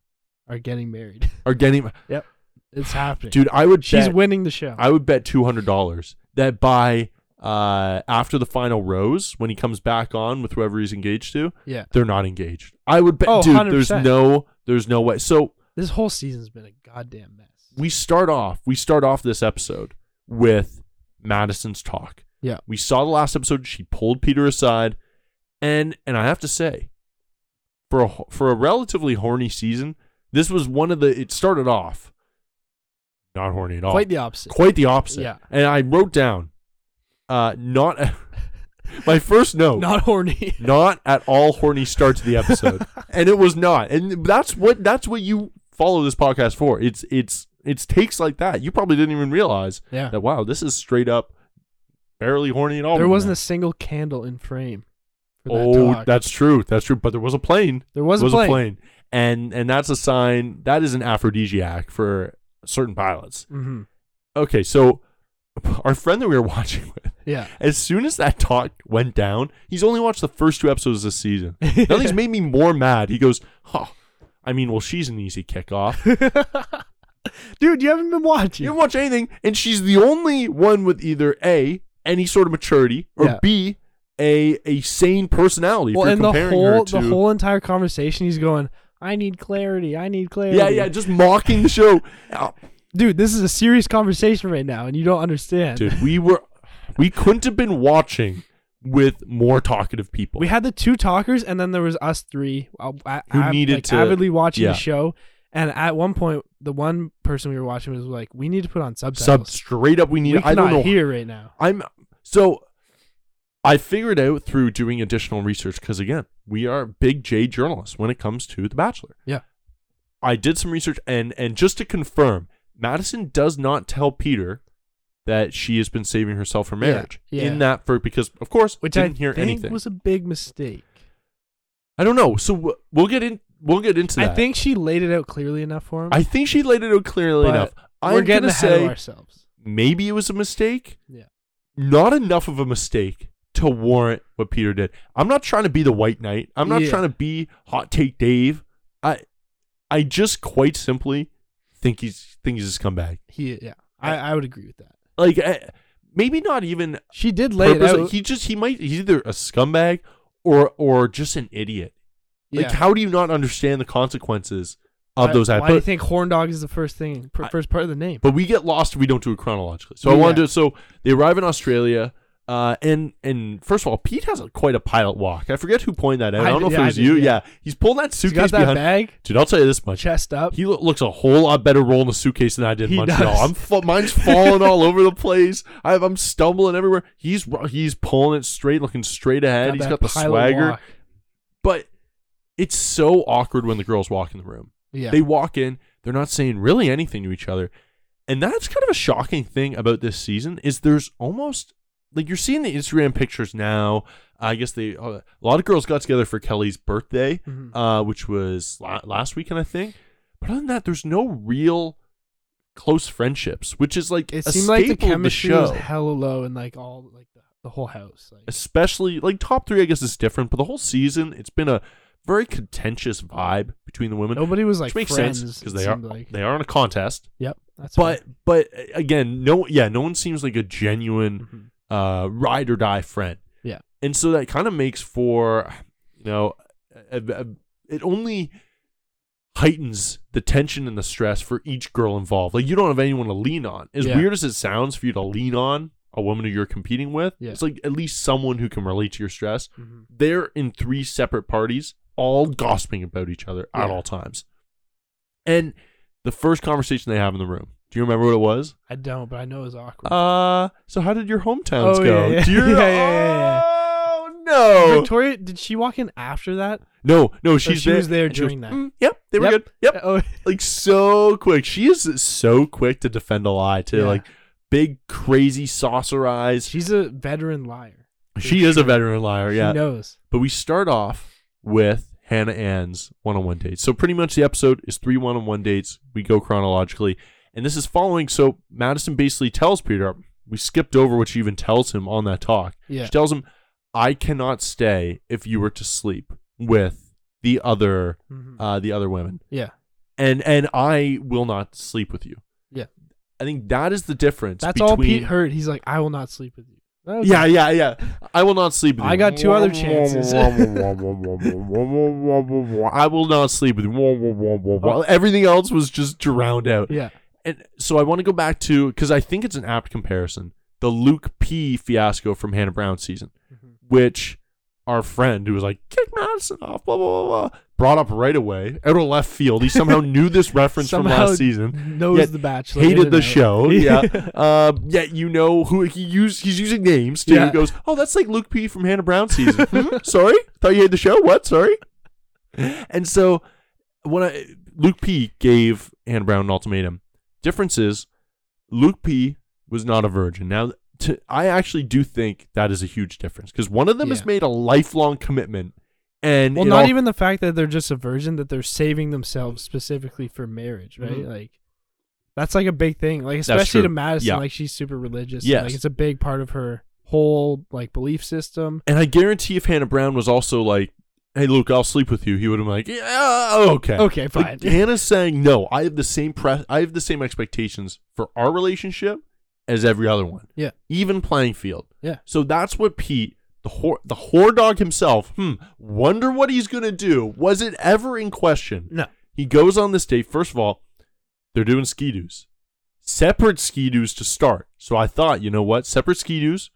are getting married.
are getting
yep, it's happening.
dude i would
she's
bet,
winning the show.
i would bet $200 that by uh after the final rose when he comes back on with whoever he's engaged to
yeah,
they're not engaged i would bet
Oh,
dude there's
100%.
no there's no way so
this whole season's been a goddamn mess.
we start off we start off this episode with Madison's talk.
Yeah.
We saw the last episode she pulled Peter aside and and I have to say for a for a relatively horny season, this was one of the it started off not horny at all.
Quite the opposite.
Quite the opposite.
Yeah.
And I wrote down uh not my first note
Not horny.
not at all horny start to the episode and it was not and that's what that's what you follow this podcast for it's it's it's takes like that you probably didn't even realize
Yeah.
that wow this is straight up barely horny and all
there
right
wasn't
now.
a single candle in frame. For that
oh
talk.
that's true that's true but there was a plane
There was a plane.
and and that's a sign that is an aphrodisiac for certain pilots
hmm
okay so our friend that we were watching with
Yeah.
as soon as that talk went down, he's only watched the first two episodes this season. Nothing's made me more mad. He goes, "Huh, I I mean, well, she's an easy kickoff.
Dude, you haven't been
You
watching.
can watch anything, and she's the only one with either a any sort of maturity or
Yeah.
b a a sane personality.
Well,
if
and
you're
the
comparing
whole
her to,
the whole entire conversation, he's going, "I need clarity. I need clarity."
yeah, yeah, just mocking the show, Uh,
Dude, this is a serious conversation right now, and you don't understand.
dude. We were we couldn't have been watching with more talkative people.
We had the two talkers, and then there was us three uh, I,
Who
I-
needed
like,
to-
avidly watching
yeah.
the show. And at one point, the one person we were watching was like, "We need to put on
sub
subtitles.
straight up. We need.
we
I don't
cannot
know.
hear right now."
I'm so I figured out through doing additional research because again, we are big J journalists when it comes to The Bachelor.
Yeah.
I did some research and and just to confirm, Madison does not tell Peter that she has been saving herself for marriage
yeah.
in that for because of course
Which
didn't
I
hear
think
anything.
was a big mistake.
I don't know. So w- we'll get in we'll get into that.
I think she laid it out clearly enough for him.
I think she laid it out clearly
but
enough. I'm
we're getting
gonna
ahead
say
of ourselves.
maybe it was a mistake.
Yeah.
not enough of a mistake to warrant what Peter did. I'm not trying to be the white knight. I'm not
Yeah.
trying to be hot take Dave. I I just quite simply think he's think he's just come back.
He, yeah, I, I would agree with that.
Like I, maybe not even
She did lay it
purposely.
out.
He just he might he's either a scumbag or or just an idiot.
yeah.
Like how do you not understand the consequences of
Why-
those
Why do you
acts? But,
think horn dog is the first thing, pr-
I-
first part of the name?
but we get lost if we don't do it chronologically. So I
Yeah.
want to. So they arrive in Australia. Uh, and and first of all, Pete has a, quite a pilot walk. I forget who pointed that out. I
I
don't
did-
know if
yeah,
it
I
was
did,
you. Yeah.
yeah.
he's pulled that
He's
suitcase
got that
behind.
bag,
Dude, I'll tell you this much:
chest up.
he lo- looks a whole lot better rolling a suitcase than I did in
He
Montreal.
does.
I'm fa- mine's falling all over the place. I have, I'm stumbling everywhere. He's ru- he's pulling it straight, looking straight ahead. he's
that
got the
pilot
swagger,
walk.
but it's so awkward when the girls walk in the room.
Yeah.
They walk in, they're not saying really anything to each other. And that's kind of a shocking thing about this season is there's almost like you're seeing the Instagram pictures now. I guess they uh, a lot of girls got together for Kelly's birthday,
Mhm.
uh, which was la- last weekend, I think. But other than that, there's no real close friendships, which is like
it
a
seemed like
staple
the
of the
chemistry
show.
was hella low in like all like the, the whole house. Like,
especially like top three. I guess is different, but the whole season it's been a very contentious vibe between the women,
nobody was like
which makes
friends
sense because
it
they are
seemed like.
they are in a contest.
Yep, that's
but
fine.
but again, no, yeah, no one seems like a genuine
Mhm.
uh, ride or die friend,
yeah,
and so that kind of makes for you know, a, a- a- it only heightens the tension and the stress for each girl involved. Like you don't have anyone to lean on. As
Yeah.
weird as it sounds for you to lean on a woman who you're competing with,
Yeah.
it's like at least someone who can relate to your stress.
Mhm.
They're in three separate parties, all gossiping about each other at
Yeah.
all times, and the first conversation they have in the room. Do you remember what it was?
I don't. But I know it was awkward.
Uh, so how did your hometowns
Oh,
go?
yeah, yeah.
Do you-
Yeah, yeah, yeah, yeah.
Oh no!
Victoria, did she walk in after that?
no, no, she's
she
there.
was there
and she
during that.
"Mm, yep, they were
Yep.
good. Yep,
Oh,
like so quick. She is so quick to defend a lie too.
Yeah.
Like big crazy saucer eyes.
she's a veteran liar.
She is a veteran liar. Yeah,
She knows.
but we start off with Hannah Ann's one-on-one dates. So pretty much the episode is three one-on-one dates. We go chronologically, and this is following. So Madison basically tells Peter, we skipped over what she even tells him on that talk.
Yeah.
She tells him, "I cannot stay if you were to sleep with the other,
Mhm.
uh, the other women,
yeah,
and and I will not sleep with you."
yeah.
I think that is the difference.
That's
between,
all Pete heard. He's like, I will not sleep with you. Okay.
Yeah, yeah, yeah. I will not sleep with you.
I got two other chances.
I will not sleep with you. Everything else was just drowned out.
Oh. yeah.
And so I want to go back to because I think it's an apt comparison. The Luke P fiasco from Hannah Brown season,
Mm-hmm.
which our friend who was like, kick Madison off, blah, blah, blah, blah, brought up right away out of left field. He somehow knew this reference
Somehow
from last season.
knows
yet
The Bachelor in
Hated
and
the
out.
show. Yeah. um, yet you know who he used. He's using names too. He
Yeah.
goes, oh, that's like Luke P from Hannah Brown season. Hmm? Sorry? Thought you hated the show? What? Sorry? And so when I Luke P gave Hannah Brown an ultimatum. Difference is Luke P was not a virgin. Now to, I actually do think that is a huge difference because one of them has
Yeah.
made a lifelong commitment, and
Well,
it
not
all-
even the fact that they're just a virgin, that they're saving themselves specifically for marriage, right?
Mhm.
Like, that's like a big thing. Like,
That's
especially to
true.
Madison,
Yeah.
like she's super religious.
Yes.
Yeah, like it's a big part of her whole like belief system.
And I guarantee if Hannah Brown was also like hey Luke, I'll sleep with you, he would have been like, yeah, okay,
Okay, fine.
Like, Hannah's saying no. I have the same press. I have the same expectations for our relationship as every other one.
Yeah.
even playing field.
Yeah.
So that's what Pete, the whore, the whore dog himself. Hmm. Wonder what he's gonna do. Was it ever in question?
No.
He goes on this date. First of all, they're doing ski doos, separate ski doos to start. So I thought, you know what, separate ski doos.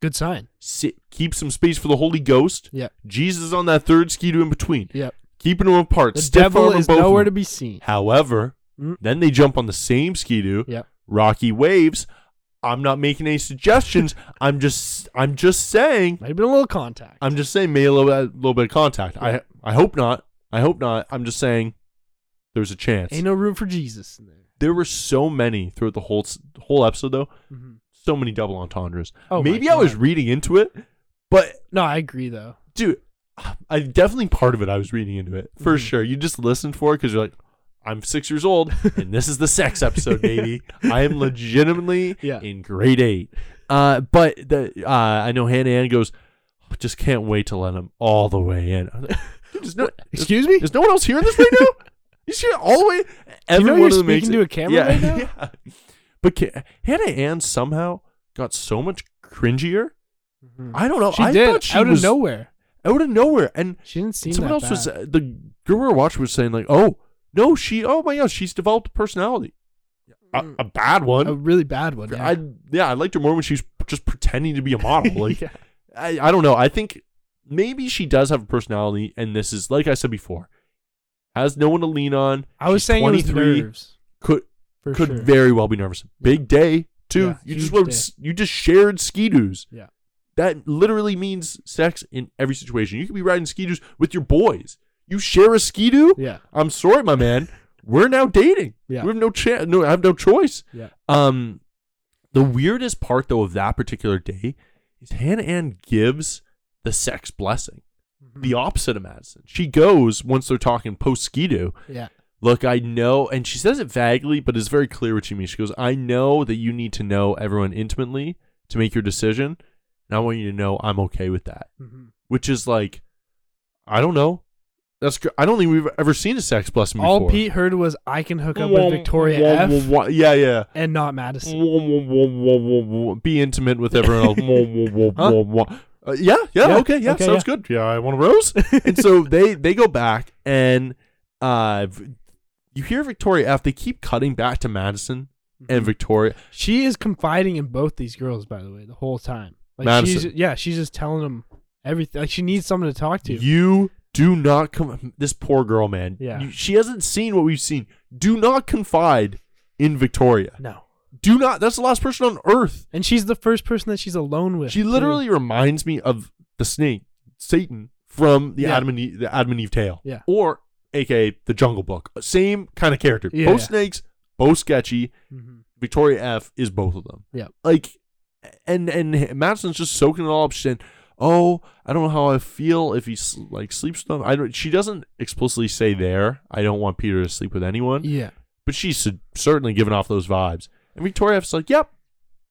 Good sign.
Sit, keep some space for the Holy Ghost.
Yeah.
Jesus on that third ski doo in between.
Yep.
Keeping them apart.
The
Stiff
devil
arm 'em
is
both of
nowhere
them.
to be seen.
However,
Mm.
then they jump on the same skidoo,
Yep.
rocky waves. I'm not making any suggestions. I'm just I'm just saying
Might have been a little contact.
I'm just saying maybe a little, bit- little bit of contact. I I hope not. I hope not. I'm just saying there's a chance.
Ain't no room for Jesus in there.
there were so many throughout the whole s- whole episode though.
Mhm.
So many double entendres.
Oh my
maybe I was
God.
reading into it, but
No, I agree though.
dude, I definitely part of it. I was reading into it for
Mhm.
sure. You just listened for it because you're like, I'm six years old, and this is the sex episode, baby. I am legitimately
Yeah.
in grade eight. Uh, but the uh, I know Hannah Ann goes, "I just can't wait to let him all the way in. I was like, "Dude, there's no,
Excuse me?
There's no one else hearing this right now. You see it all the way. Every
know
one
you're
of them makes
speaking
it-
to a camera
yeah,
right now?
yeah. But ca- Hannah Ann somehow got so much cringier. I don't know.
Mm-hmm. She
I
did
thought she
out
was
of nowhere.
out of nowhere, and
She didn't seem
someone
that
else was
bad.
uh, the girl we were watching was saying like, "Oh no, she. Oh my gosh, she's developed a personality, a, a bad
a
one.
really bad one. Oh, yeah.
I yeah, I liked her more when she's just pretending to be a model. Like, I, I don't know. I think maybe she does have a personality, and this is like I said before, has no one to lean on.
I was
She's
saying it was
23,
nerves.
Could
For
could
sure.
very well be nervous. Big day too.
Yeah,
you just
huge
wrote,
day.
s- you just shared skidoos.
Yeah.
That literally means sex in every situation. You could be riding skidoos with your boys. You share a skidoo.
Yeah.
I'm sorry, my man. We're now dating.
Yeah.
We have no chance. No, I have no choice.
Yeah.
Um, the weirdest part though of that particular day is Hannah Ann gives the sex blessing,
Mm-hmm. Hmm.
the opposite of Madison. She goes once they're talking post skidoo.
Yeah.
Look, I know, and she says it vaguely, but it's very clear what she means. She goes, "I know that you need to know everyone intimately to make your decision, and I want you to know I'm okay with that."
Mm-hmm.
Which is like, I don't know. That's gr- I don't think we've ever seen a sex blessing before.
All Pete heard was I can hook up with Victoria
Wah,
F
wah, wah. Yeah, yeah.
and not Madison.
Wah, wah, wah, wah, wah, wah. Be intimate with everyone else. Wah, wah, wah,
Huh?
wah, wah. Uh, yeah, yeah,
Yeah,
okay, yeah,
okay,
sounds good. Yeah, I want a rose. and so they they go back and uh, v- you hear Victoria F. They keep cutting back to Madison
Mm-hmm.
and Victoria.
She is confiding in both these girls, by the way, the whole time. Like
Madison.
she's yeah, she's just telling them everything. Like she needs someone to talk to.
You do not come. This poor girl, man.
Yeah.
You- she hasn't seen what we've seen. Do not confide in Victoria.
no.
Do not. That's the last person on earth
And she's the first person that she's alone with.
She
too.
literally reminds me of the snake, Satan, from the
Yeah.
Adam and Eve, the Adam and Eve tale.
Yeah.
Or AKA the Jungle Book. Same kind of character.
Yeah,
both
yeah.
snakes, both sketchy.
Mhm.
Victoria F is both of them.
Yeah.
Like and and Madison's just soaking it all up. She's saying, Oh, I don't know how I feel if he s- like sleeps with them. I don't she doesn't explicitly say there, I don't want Peter to sleep with anyone
Yeah.
but she's su- certainly giving off those vibes. And Victoria F's like, yep,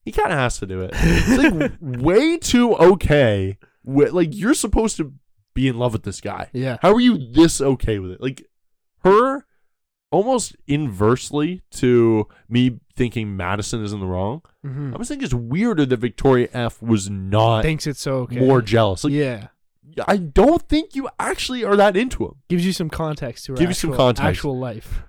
he kind of has to do it. It's like way too okay. With, like you're supposed to be in love with this guy.
Yeah.
How are you this okay with it? Like her, almost inversely to me thinking Madison is in the wrong.
Mhm.
I was thinking it's weirder that Victoria F was not
Thinks it's so okay.
more jealous. Like
yeah.
I don't think you actually are that into him.
Gives you some context to her.
Give you some
actual-
context.
Actual life.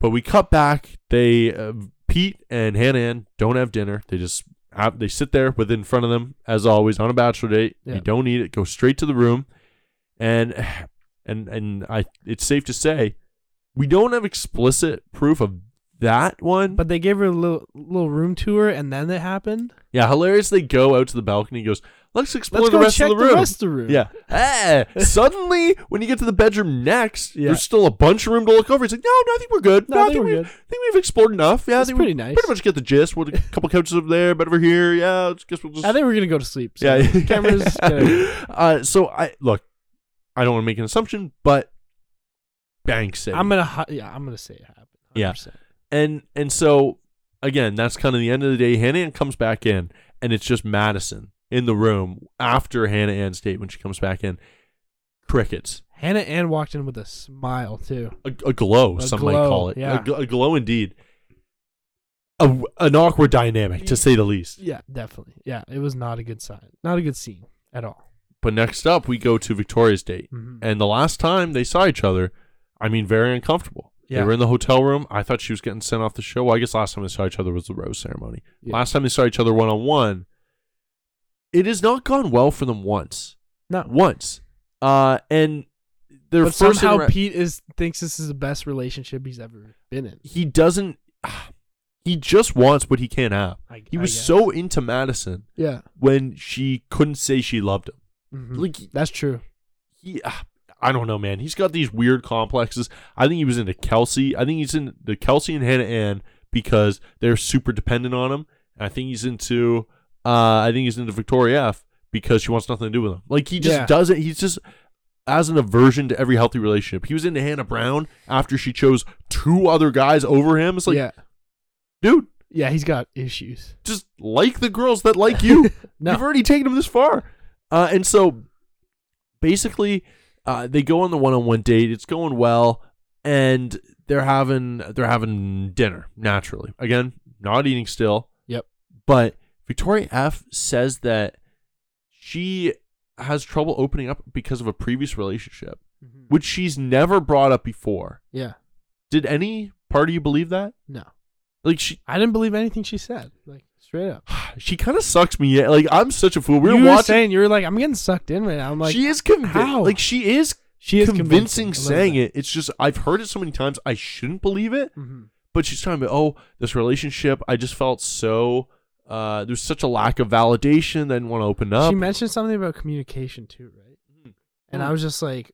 But we cut back. They uh, Pete and Hannah Ann don't have dinner. They just have, they sit there with it in front of them as always on a bachelor date.
Yeah.
You don't eat it. Go straight to the room, and and and I. It's safe to say we don't have explicit proof of that one.
But they gave her a little little room tour, and then it happened.
yeah, hilarious. They go out to the balcony. He goes, let's explore
Let's
the
go
rest
check
of the
the
room.
rest of the room.
Yeah. Eh, suddenly, when you get to the bedroom next,
Yeah.
there's still a bunch of room to look over. He's like, no, no, I think we're good.
No, I think
we,
we're
I
good."
think we've explored enough. Yeah, I
That's
think we
pretty nice.
Pretty much get the gist. What a couple couches over there, but over here. Yeah, I guess we'll just.
I think we're gonna go to sleep. So
yeah,
cameras. gonna-
uh, so I look. I don't want to make an assumption, but Bank City.
I'm gonna. hi- Yeah, I'm gonna say it happened.
Yeah.
100%.
and and so again, that's kind of the end of the day. Hannah Ann comes back in, and it's just Madison in the room after Hannah Ann's date when she comes back in. Crickets.
Hannah Ann walked in with a smile too.
a, a glow,
A
some might call
glow,
it.
yeah.
A, gl- a glow indeed. A, an awkward dynamic, to say the least.
Yeah, definitely. Yeah, it was not a good sign. Not a good scene at all.
But next up, we go to Victoria's date.
Mhm.
And the last time they saw each other, I mean, very uncomfortable. They
Yeah.
were in the hotel room. I thought she was getting sent off the show. Well, I guess last time they saw each other was the rose ceremony.
Yeah.
Last time they saw each other one on one, it has not gone well for them once.
No.
Once. Uh, and their
But
first
somehow
intera-
Pete is thinks this is the best relationship he's ever been in.
he doesn't. He just wants what he can't have.
I-
he
I
was
guess.
so into Madison
Yeah.
when she couldn't say she loved him.
Mhm.
Like
That's true.
he, ah, I don't know, man. He's got these weird complexes. I think he was into Kelsey. I think he's in the Kelsey and Hannah Ann because they're super dependent on him. And I think he's into. Uh, I think he's into Victoria F because she wants nothing to do with him. Like he just
Yeah.
doesn't. He's just has an aversion to every healthy relationship. He was into Hannah Brown after she chose two other guys over him. It's like,
yeah.
dude,
Yeah, he's got issues.
just like the girls that like you.
No.
You've already taken them this far. Uh, and so basically, uh, they go on the one-on-one date. It's going well, and they're having they're having dinner naturally. Again, not eating still,
Yep.
but Victoria F says that she has trouble opening up because of a previous relationship,
Mm-hmm.
which she's never brought up before.
Yeah.
Did any part of you believe that?
No.
Like she
I didn't believe anything she said. Like straight up.
she kind of sucks me. in. Like I'm such a fool. We
you
were
were
watching.
saying you were like, I'm getting sucked in right now. I'm like,
she is convincing.
how?
Like she is.
She is
convincing,
convincing, a little
saying
bit.
it. It's just I've heard it so many times. I shouldn't believe it,
Mhm.
but she's talking about oh this relationship. I just felt so. Uh, there's such a lack of validation. I didn't want to open up.
She mentioned something about communication too, right?
Mm-hmm.
And I was just like,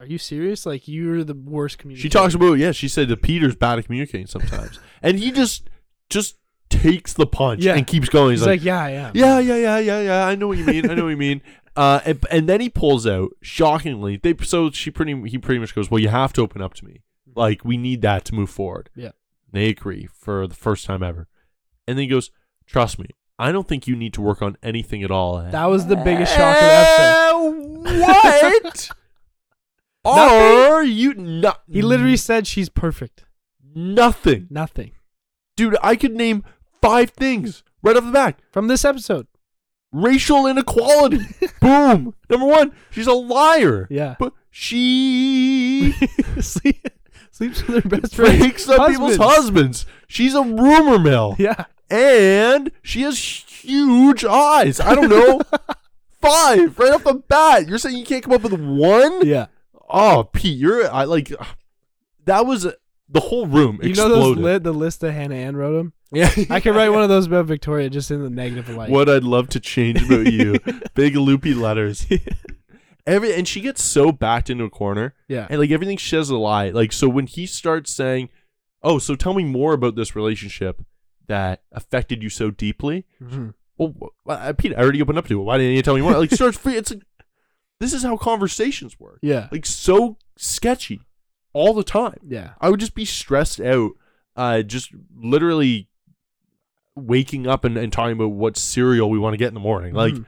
Are you serious? Like you're the worst communicator.
She talks about yeah. She said that Peter's bad at communicating sometimes, and he just just takes the punch
Yeah.
and keeps going.
He's
He's, like,
like, Yeah, I am.
yeah, yeah, yeah, yeah, yeah. I know what you mean. I know what you mean. Uh, and, and then he pulls out shockingly. They so she pretty he pretty much goes, well, you have to open up to me.
Mm-hmm.
Like we need that to move forward.
Yeah.
They agree for the first time ever, and then he goes, trust me, I don't think you need to work on anything at all.
That was the biggest shock of the episode.
Uh, what? Are you not?
He literally said she's perfect.
nothing,
Nothing.
dude. I could name five things right off the bat.
From this episode.
racial inequality. Boom. Number one, she's a liar.
Yeah.
But she
Sleep, sleeps with her best friend.
breaks up people's husbands. She's a rumor mill.
Yeah.
And she has huge eyes. I don't know. Five right off the bat. You're saying you can't come up with one?
Yeah.
Oh, Pete, you're I like that was the whole room
You know
exploded.
those lit the list that Hannah Ann wrote him?
yeah.
I could write one of those about Victoria just in the negative light.
what I'd love to change about you. Big loopy letters. Every and she gets so backed into a corner,
Yeah.
and like everything she says is a lie. Like so, when he starts saying, "Oh, so tell me more about this relationship that affected you so deeply,"
Mhm.
well, wh- uh, Pete, I already opened up to it. Why didn't you tell me more? Like starts free. It's like this is how conversations work.
Yeah.
Like so sketchy all the time.
Yeah.
I would just be stressed out, uh, just literally waking up and, and talking about what cereal we want to get in the morning. Like
Mhm.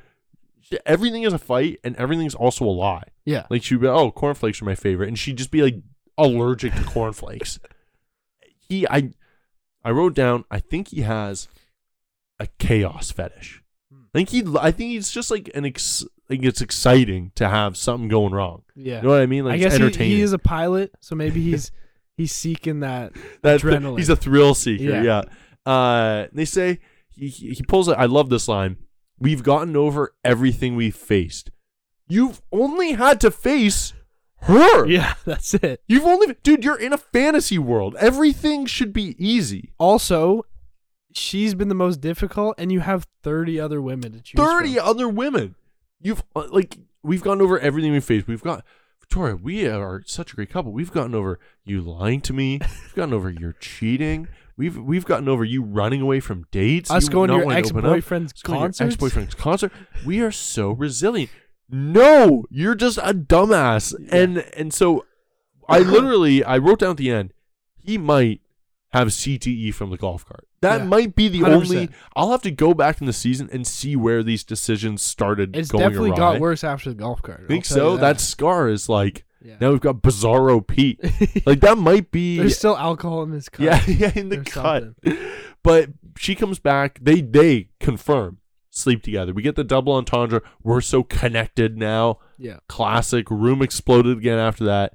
everything is a fight and everything's also a lie.
Yeah.
Like she'd be like, oh, cornflakes are my favorite. And she'd just be like allergic to cornflakes. he I I wrote down, I think he has a chaos fetish.
Hmm.
I think he I think he's just like an ex like it's exciting to have something going wrong.
Yeah.
You know what I mean? Like
I guess
it's
he,
entertaining.
he is a pilot, so maybe he's he's seeking that
That's the-
adrenaline.
he's a thrill seeker. Yeah.
Yeah.
Uh, they say he, he he pulls. A, I love this line. We've gotten over everything we faced. You've only had to face her.
yeah, that's it.
You've only, dude. You're in a fantasy world. Everything should be easy.
Also, she's been the most difficult, and you have thirty other women to choose.
Thirty
from.
other women. You've uh, like we've gone over everything we faced. We've got Victoria. We are such a great couple. We've gotten over you lying to me. We've gotten over your cheating. We've we've gotten over you running away from dates.
Us
you
going to
not
your
wanting open up.
ex-boyfriend's
Let's go to your
concerts?
ex-boyfriend's concert. We are so resilient. No, you're just a dumbass. And and so I literally I wrote down at the end, he might have CTE from the golf cart. That
Yeah.
might be the only.
100%.
I'll have to go back in the season and see where these decisions started
It's
going
definitely
awry.
got worse after the golf cart. I'll
Think
tell you
so?
that.
That scar is like
Yeah.
now we've got Bizarro Pete. like that might be
There's still alcohol in his cup.
yeah, yeah, in the
There's
cut. But she comes back. They they confirm sleep together. We get the double entendre. We're so connected now.
Yeah.
Classic. Room exploded again after that.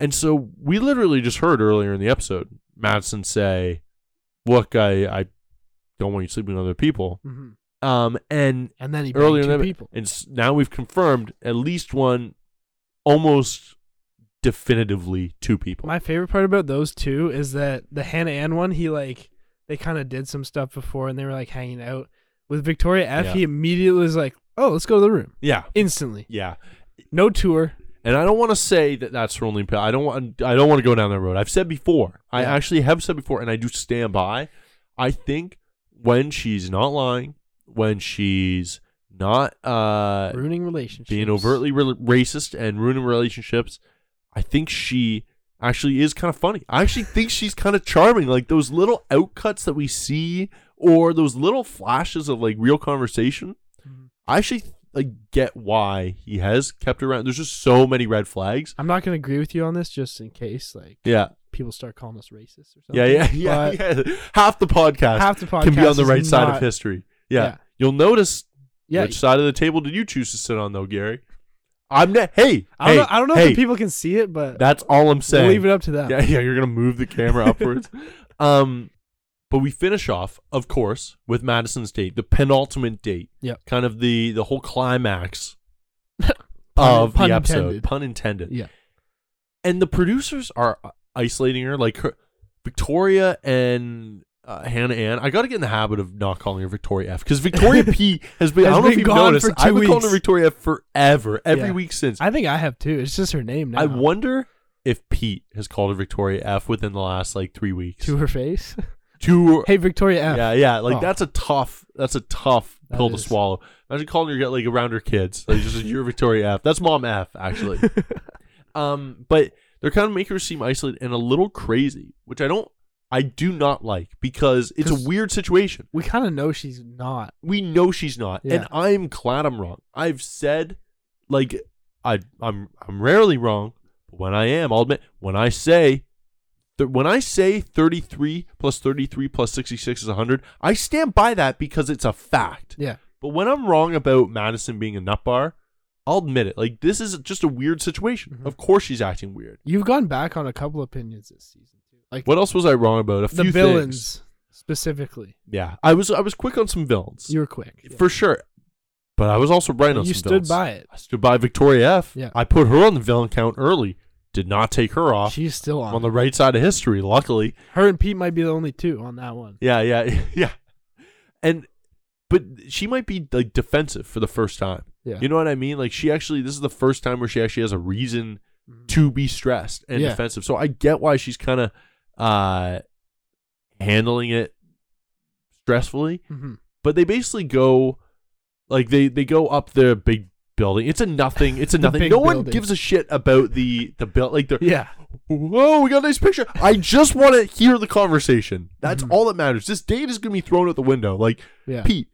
And so we literally just heard earlier in the episode Madison say, "Look, I I don't want you sleeping with other people."
hmm
Um, and
And then he
earlier
earlier
in
two
the
people.
and s- now we've confirmed at least one, almost definitively two people.
My favorite part about those two is that the Hannah Ann one, he like they kind of did some stuff before and they were like hanging out. With Victoria F,
Yeah.
he immediately was like, "Oh, let's go to the room
yeah,
instantly.
yeah.
No tour.
And I don't want to say that that's her only. I don't want. I don't want to go down that road. I've said before. I
Yeah.
actually have said before, and I do stand by. I think when she's not lying, when she's not uh,
Ruining relationships.
being overtly re- racist and ruining relationships, I think she actually is kind of funny. I actually think she's kind of charming. Like those little outcuts that we see, or those little flashes of like real conversation.
Mm-hmm.
I actually like get why he has kept her around. There's just so many red flags.
I'm not gonna agree with you on this, just in case like
Yeah.
people start calling us racist or something.
Yeah, yeah, yeah,
But
yeah. Half the podcast,
Half the
can be
podcast
on the
is
right side of
not-
history. Yeah.
Yeah.
You'll notice
yeah,
which side of the table did you choose to sit on though, Gary? I'm not hey.
I don't
hey,
know. I don't know
hey,
if the people can see it, but
That's all I'm saying.
we'll leave it up to them.
Yeah, yeah, you're gonna move the camera upwards. um but we finish off, of course, with Madison's date, the penultimate date.
Yep.
Kind of the the whole climax
Pun-
of
pun
the episode.
intended.
Pun intended.
Yeah.
and the producers are isolating her like her victoria and uh, hannah ann i gotta get in the habit of not calling her victoria f because victoria p has been i
Has
don't know if
been
you've
gone
noticed
for two
i've been calling her
weeks.
victoria f forever every
Yeah.
week since i,
I think I have too. It's just her name now.
wonder if pete has called her victoria f within the last like three weeks
to her face.
Two-
hey, Victoria F.
yeah yeah like
Oh.
that's a tough that's a tough
That
pill
is.
to swallow imagine calling your like around her kids like just you're victoria f that's mom f actually Um, but they're kind of making her seem isolated and a little crazy, which I don't, I do not like because it's a
'Cause-
weird situation.
we kind of know she's not.
We know she's not,
Yeah.
and I'm glad I'm wrong. I've said, like, I I'm I'm rarely wrong, but when I am, I'll admit when I say. th- When I say 33 plus 33 plus 66 is 100, I stand by that because it's a fact.
Yeah.
But when I'm wrong about Madison being a nut bar, I'll admit it. Like, this is just a weird situation.
Mhm.
Of course she's acting weird.
You've gone back on a couple opinions this season too. Like
What else was I wrong about? A few
the
things.
villains specifically.
Yeah, I was I was quick on some villains
You were quick.
for sure, but I was also right on
You
some
stood
villains.
by it.
I stood by Victoria F.
Yeah.
I put her on the villain count early. Did not take her off.
She's still
I'm
on.
on the right side of history, luckily.
Her and Pete might be the only two on that one.
Yeah, yeah, yeah. And but she might be like defensive for the first time.
Yeah.
You know what I mean? Like she actually this is the first time where she actually has a reason
Mhm.
to be stressed and
Yeah.
defensive. So I get why she's kind of uh handling it stressfully,
Mhm.
but they basically go like they they go up their big building. It's a nothing. It's a
The
nothing.
big
No one
building.
gives a shit about the the build. Like they're
Yeah.
whoa, we got a nice picture. I just want to hear the conversation. That's
Mhm.
all that matters. This date is gonna be thrown out the window. Like
Yeah.
Pete,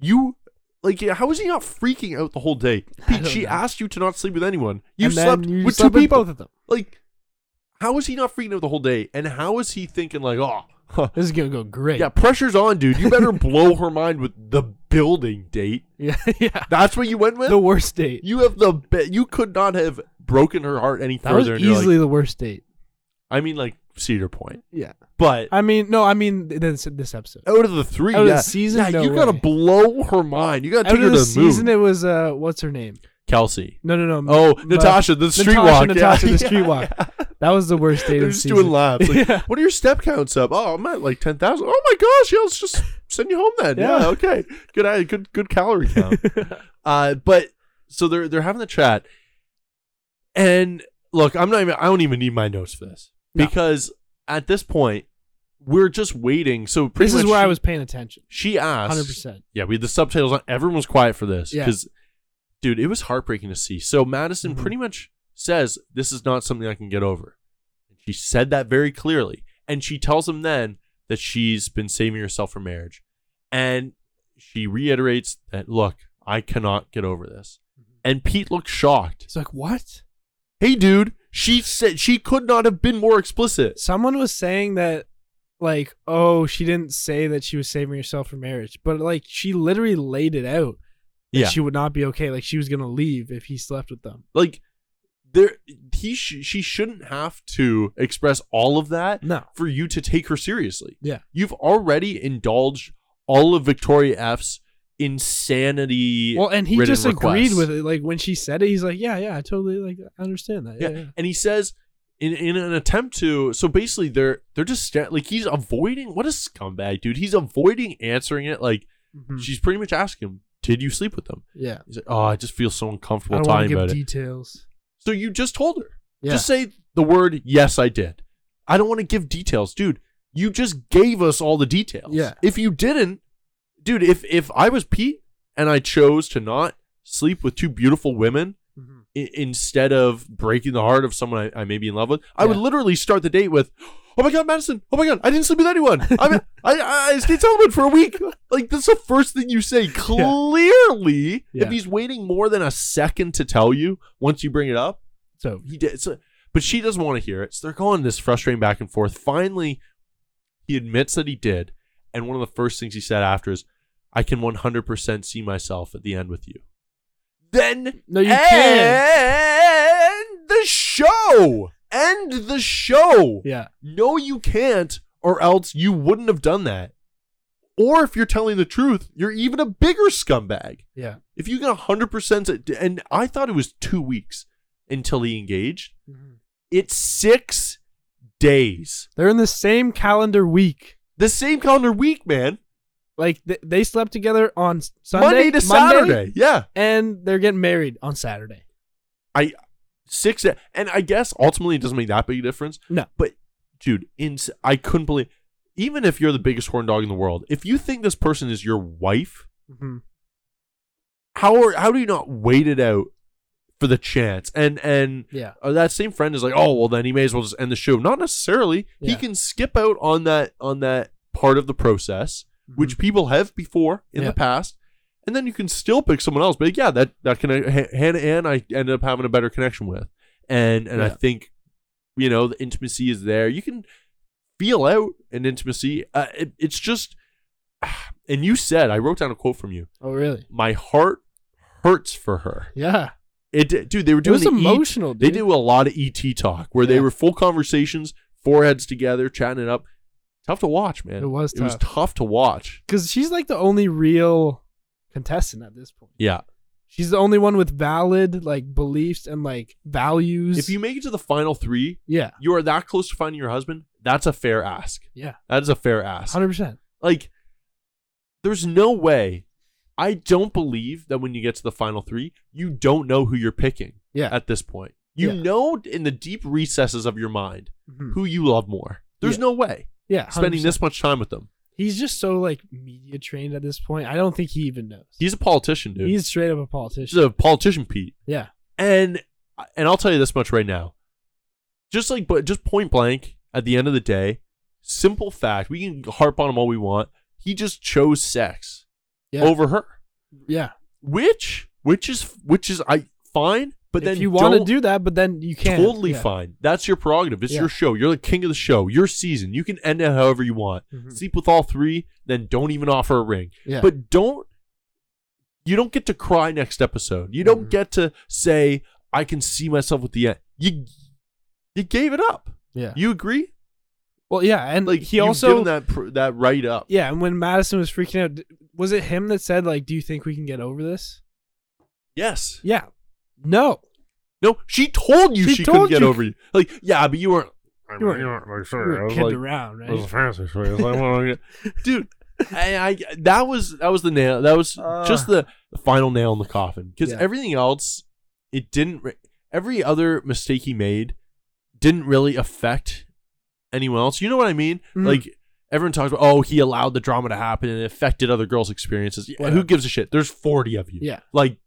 you. Like, yeah, how is he not freaking out the whole day?
I
Pete,
don't
she
know.
asked you to not sleep with anyone. You
And then
slept
you
with
slept
two people
both of them.
like how is he not freaking out the whole day and how is he thinking like oh huh,
This is gonna go great.
yeah pressure's on dude you better blow her mind with the building date
Yeah. yeah.
that's what you went with
The worst date.
you have the be- you could not have broken her heart any
That was
further and you're like-
easily the worst date.
i mean like cedar point
Yeah.
but
I mean, no, I mean th- this, this episode.
out of the three
Out of the
yeah,
season,
yeah,
no
you gotta
way.
blow her mind you gotta
Out
take her
of
to the
the season,
moon
it was uh, what's her name?
kelsey
No, no, no. M-
Oh,
but-
Natasha, the
Natasha,
streetwalk, yeah,
Natasha, the
yeah,
streetwalk. That was the worst date
they're
of the
just
season.
doing laps. Like,
Yeah.
What are your step counts up? Oh, I'm at like ten thousand. Oh my gosh! Yeah, let's just send you home then. Yeah,
Yeah.
okay. Good, good, good calorie count. uh, but so they're they're having the chat, and look, I'm not even. I don't even need my notes for this
No.
because at this point, we're just waiting. So pretty
This is
much
where I
she-
was paying attention.
She asked.
100%.
Yeah, we had the subtitles on. Everyone was quiet for this
Yeah.
because, dude, it was heartbreaking to see. So Madison
Mhm.
pretty much says, "This is not something I can get over." She said that very clearly, And she tells him then that she's been saving herself for marriage. And she reiterates that, look, I cannot get over this.
Mm-hmm.
And Pete looks shocked.
He's like, what?
Hey, dude, she said she could not have been more explicit.
Someone was saying that, like, oh, she didn't say that she was saving herself for marriage, but like, she literally laid it out. that
Yeah.
She would not be okay. Like, she was going to leave if he slept with them.
like, there, he sh- she shouldn't have to express all of that
No.
for you to take her seriously.
Yeah.
You've already indulged all of Victoria F's insanity.
Well, and he
ridden
just agreed
requests.
with it. Like, when she said it, he's like, yeah, yeah, I totally, like, I understand that. Yeah.
Yeah.
yeah.
And he says in, in an attempt to so basically they're they're just sta- like he's avoiding what a scumbag, dude. He's avoiding answering it. Like
Mhm.
she's pretty much asking him, Did you sleep with them?
yeah.
He's like, Oh, I just feel so uncomfortable
I don't want
talking
to give
about it.
details.
So you just told her.
Yeah.
Just say the word yes, I did. I don't want to give details, dude. You just gave us all the details.
Yeah.
If you didn't, dude, if if I was Pete and I chose to not sleep with two beautiful women
Mhm.
I- instead of breaking the heart of someone I, I may be in love with, I would
Yeah.
literally start the date with, "Oh my god, Madison! Oh my god, I didn't sleep with anyone. I'm, I I I stayed celibate for a week." Like that's the first thing you say. Clearly,
Yeah.
if he's waiting more than a second to tell you once you bring it up,
So,
he did. So, but she doesn't want to hear it. So they're going this frustrating back and forth. Finally, he admits that he did, and one of the first things he said after is, "I can 100% see myself at the end with you." Then
No, you
end
can't.
the show. End the show.
yeah.
No, you can't, or else you wouldn't have done that. Or if you're telling the truth, you're even a bigger scumbag.
Yeah.
If you get 100%, and I thought it was two weeks until he engaged, it's six days.
They're in the same calendar week.
The same calendar week, man.
Like th- they slept together on s- Sunday
Monday to Saturday. Yeah.
and they're getting married on Saturday.
I, six, da- and I guess ultimately it doesn't make that big a difference.
No,
But, dude, ins- I couldn't believe, even if you're the biggest horn dog in the world, if you think this person is your wife,
Mm-hmm.
how are how do you not wait it out for the chance? And and
Yeah.
uh, that same friend is like, oh well, then he may as well just end the show. Not necessarily. He
Yeah.
can skip out on that on that part of the process,
Mm-hmm.
which people have before in
Yeah.
the past, and then you can still pick someone else. But like, yeah, that that can H- Hannah and I ended up having a better connection with, and and I
Yeah.
think you know the intimacy is there. You can feel out an intimacy. Uh, it, it's just. And you said, I wrote down a quote from you
Oh really?
my heart hurts for her.
Yeah.
It did- dude, they were doing
was
the
emotional,
E- They
dude.
do a lot of ET talk where they
Yeah.
were full conversations, foreheads together, chatting it up. Tough to watch, man.
It was
It was tough to watch.
Because she's like the only real contestant at this point.
Yeah.
She's the only one with valid like beliefs and like values.
If you make it to the final three,
yeah
you are that close to finding your husband. That's a fair ask.
yeah
That is a fair ask.
hundred percent
Like, there's no way. I don't believe that when you get to the final three, you don't know who you're picking.
Yeah.
At this point, you
Yeah. Hmm.
know in the deep recesses of your mind who you love more. There's
Yeah.
no way
Mm-hmm. yeah 100%.
spending this much time with them.
He's just so like media trained at this point. I don't think he even knows.
He's a politician, dude.
He's straight up a
He's
politician.
a politician, Pete.
yeah.
And and I'll tell you this much right now, just like but just point blank at the end of the day, simple fact. We can harp on him all we want. He just chose sex
Yeah.
over her,
yeah.
which which is which is I fine. But
if
then
you want to
don't-
do that, but then you can't.
totally
Yeah.
fine. That's your prerogative. It's
Yeah.
your show. You're the king of the show. Your season. You can end it however you want.
Mhm.
Sleep with all three, then don't even offer a ring.
Yeah.
But don't you don't get to cry next episode. You don't
Mhm.
get to say I can see myself with the end. You you gave it up.
Yeah.
You agree?
well, yeah, and
Like
like he
you've
also
given that pr- that right up.
yeah, and when Madison was freaking out, d- was it him that said like, "Do you think we can get over this?"
Yes.
Yeah. No.
No, she told you she,
She
couldn't
told
get
you.
over you. Like, yeah, but you weren't
You were, you
like,
were kidding around, right?
fancy
dude I, I that was that was the nail that was just the, the final nail in the coffin because
Uh. Yeah.
everything else it didn't re- every other mistake he made didn't really affect anyone else you know what i mean
Mhm.
like everyone talks about oh he allowed the drama to happen and it affected other girls experiences Yeah, who
Whatever.
gives a shit there's 40 of you
Yeah.
like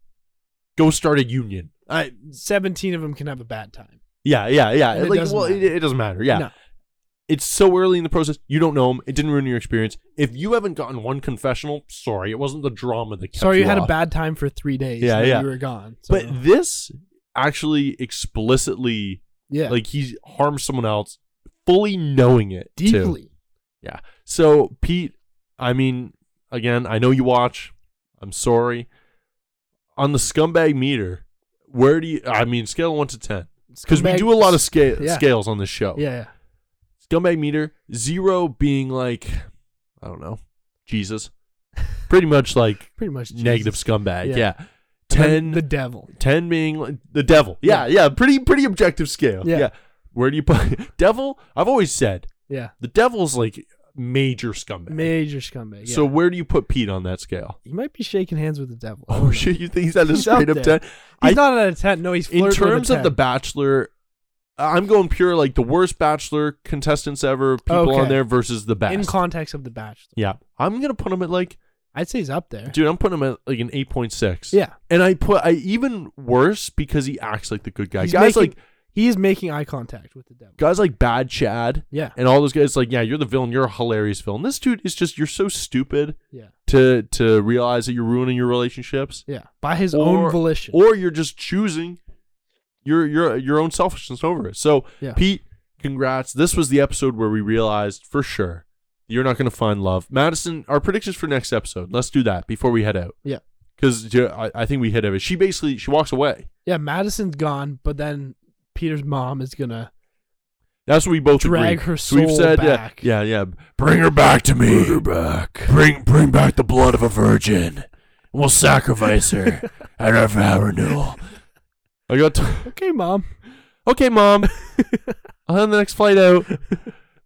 go start a union i
Seventeen of them can have a bad time.
yeah yeah yeah
And it
like
doesn't
well it,
matter.
it doesn't matter yeah
No.
It's so early in the process. You don't know him. It didn't ruin your experience. If you haven't gotten one confessional, sorry, it wasn't the drama that kept
Sorry, you had a
off.
bad time for three days.
Yeah,
and then
yeah.
You were gone. So,
But this actually explicitly,
yeah,
like he harmed someone else, fully knowing it too.
deeply.
Yeah. So Pete, I mean, again, I know you watch. I'm sorry. On the scumbag meter, where do you? I mean, scale of one to ten, because we
Scumbag-
do a lot of scale
Yeah.
scales on this show.
Yeah, yeah.
Scumbag meter zero being like, I don't know, Jesus, pretty much like
pretty much Jesus.
negative scumbag.
Yeah.
Yeah.
And then
Ten.
the devil.
10 being like the devil. Yeah, yeah, pretty pretty objective scale.
Yeah.
Yeah. Where do you put devil? I've always said
Yeah,
the devil's like major scumbag.
major scumbag. Yeah.
So where do you put Pete on that scale?
you might be shaking hands with the devil. I don't
Oh
know.
shit, you think he's at a
He's up
straight up 10?
there. He's
I
not at a ten. No, he's
in
flirting with
terms
a
of the
10.
bachelor I'm going pure like the worst bachelor contestants ever, people
Okay.
on there versus the best.
in context of the bachelor.
yeah. I'm going to put him at like
I'd say he's up there.
dude, I'm putting him at like an 8.6.
Yeah.
And I put I even worse because he acts like the good guy.
He's
guys
making-
like
he is making eye contact with the devil.
guys like Bad Chad
Yeah,
and all those guys it's like yeah you're the villain you're a hilarious villain this dude is just you're so stupid
yeah,
to to realize that you're ruining your relationships
yeah. By his
Or-
own volition.
or you're just choosing your your your own selfishness over it so
Yeah.
pete congrats this was the episode where we realized for sure you're not going to find love madison our predictions for next episode let's do that before we head out
Yeah.
because I, I think we hit it she basically she walks away
yeah, Madison's gone, but then Peter's mom is gonna.
That's what we both
Drag
agree.
her
So We've
soul
said, yeah,
back.
Yeah, yeah, Bring her back to me. Bring her back. Bring bring back the blood of a virgin. We'll sacrifice her at our vow renewal. I got. T-
Okay, mom.
okay, mom. I'll have the next flight out.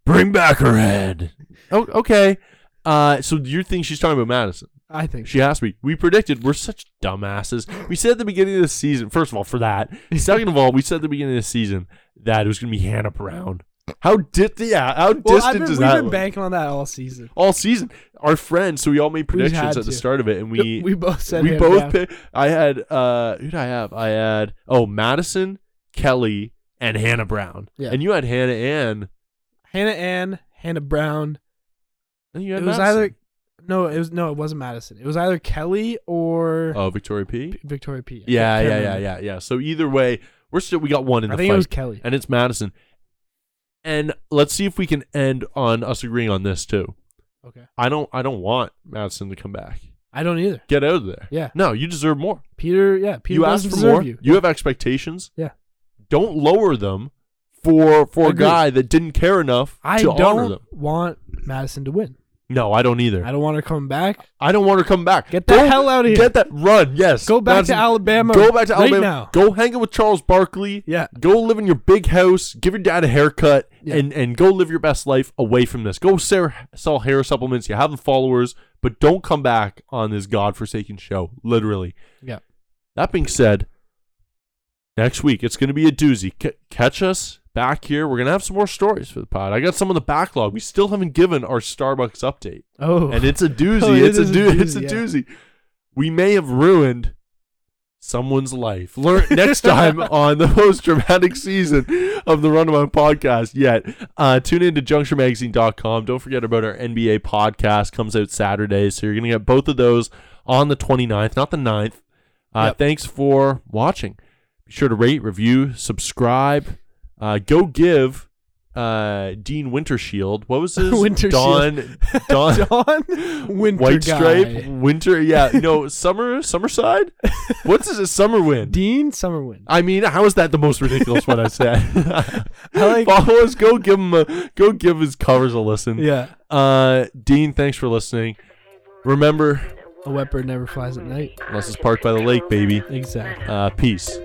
Bring back her head. Oh, okay. Uh, so you think she's talking about Madison?
I think
She has to be. We predicted we're such dumbasses. We said at the beginning of the season, first of all, for that. Second of all, we said at the beginning of the season that it was going to be Hannah Brown. How did yeah? How
Well, I've
distant
been,
does
we've
that
been
look?
banking on that all season.
all season? Our friends, so we all made predictions
had
at the
to.
start of it, and we
we both said
we
him,
both
yeah.
picked. I had uh, who did I have? I had oh Madison, Kelly, and Hannah Brown.
Yeah.
and you had Hannah Ann.
Hannah Ann, Hannah Brown.
And you
It
had
was
Madison.
either no, it was no, it wasn't Madison. It was either Kelly or
oh Victoria P.
P- Victoria P. I
Yeah,
can't
yeah, yeah,
remember.
yeah, yeah. So either way, we're still we got one in
I
the
think
fight.
it was Kelly.
and it's Madison. And let's see if we can end on us agreeing on this too.
Okay,
I don't I don't want Madison to come back.
I don't either.
Get out of there.
Yeah.
No, you deserve more.
Peter, yeah, Peter
you
does
asked for
deserve
more.
you.
have expectations.
Yeah.
Don't lower them for for a
Agreed.
guy that didn't care enough
I
to honor them.
don't want Madison to win.
No, I don't either. I
I
don't,
don't want her coming back.
want her to come back.
Get the
Go-
hell out of here.
Get that run. Yes.
Go back to Alabama
Go back to
right
Alabama.
now.
Go hang out with Charles Barkley.
Yeah.
Go live in your big house. Give your dad a haircut
Yeah.
and and go live your best life away from this. Go sell, sell hair supplements. You have the followers, but don't come back on this godforsaken show. Literally.
Yeah.
That being said, next week it's going to be a doozy. C- catch us back here. We're going to have some more stories for the pod. I got some of the backlog. We still haven't given our Starbucks update
Oh,
and it's a doozy.
Oh, it
it's a,
is a
doo- It's a
doozy, yeah.
doozy. We may have ruined someone's life. Learn next time on the most dramatic season of the Run of My podcast yet. Uh, tune in to junctionmagazine.com. Don't forget about our NBA podcast comes out Saturday, so you're going to get both of those on the 29th, not the 9th. Uh,
Yep.
Thanks for watching. Be sure to rate, review, subscribe. Uh, go give uh, Dean Wintershield. What was his
Wintershield.
Don Don
John Winter
White
guy.
stripe, winter, yeah, no, summer, summerside. What's his summer wind?
Dean Summerwind.
I mean, how is that the most ridiculous one I've said?
I like-
Follow us. Go give him. A, go give his covers a listen.
Yeah,
Uh, Dean, thanks for listening. Remember,
a wet bird never flies at night.
unless it's parked by the lake, baby.
Exactly.
Uh, peace.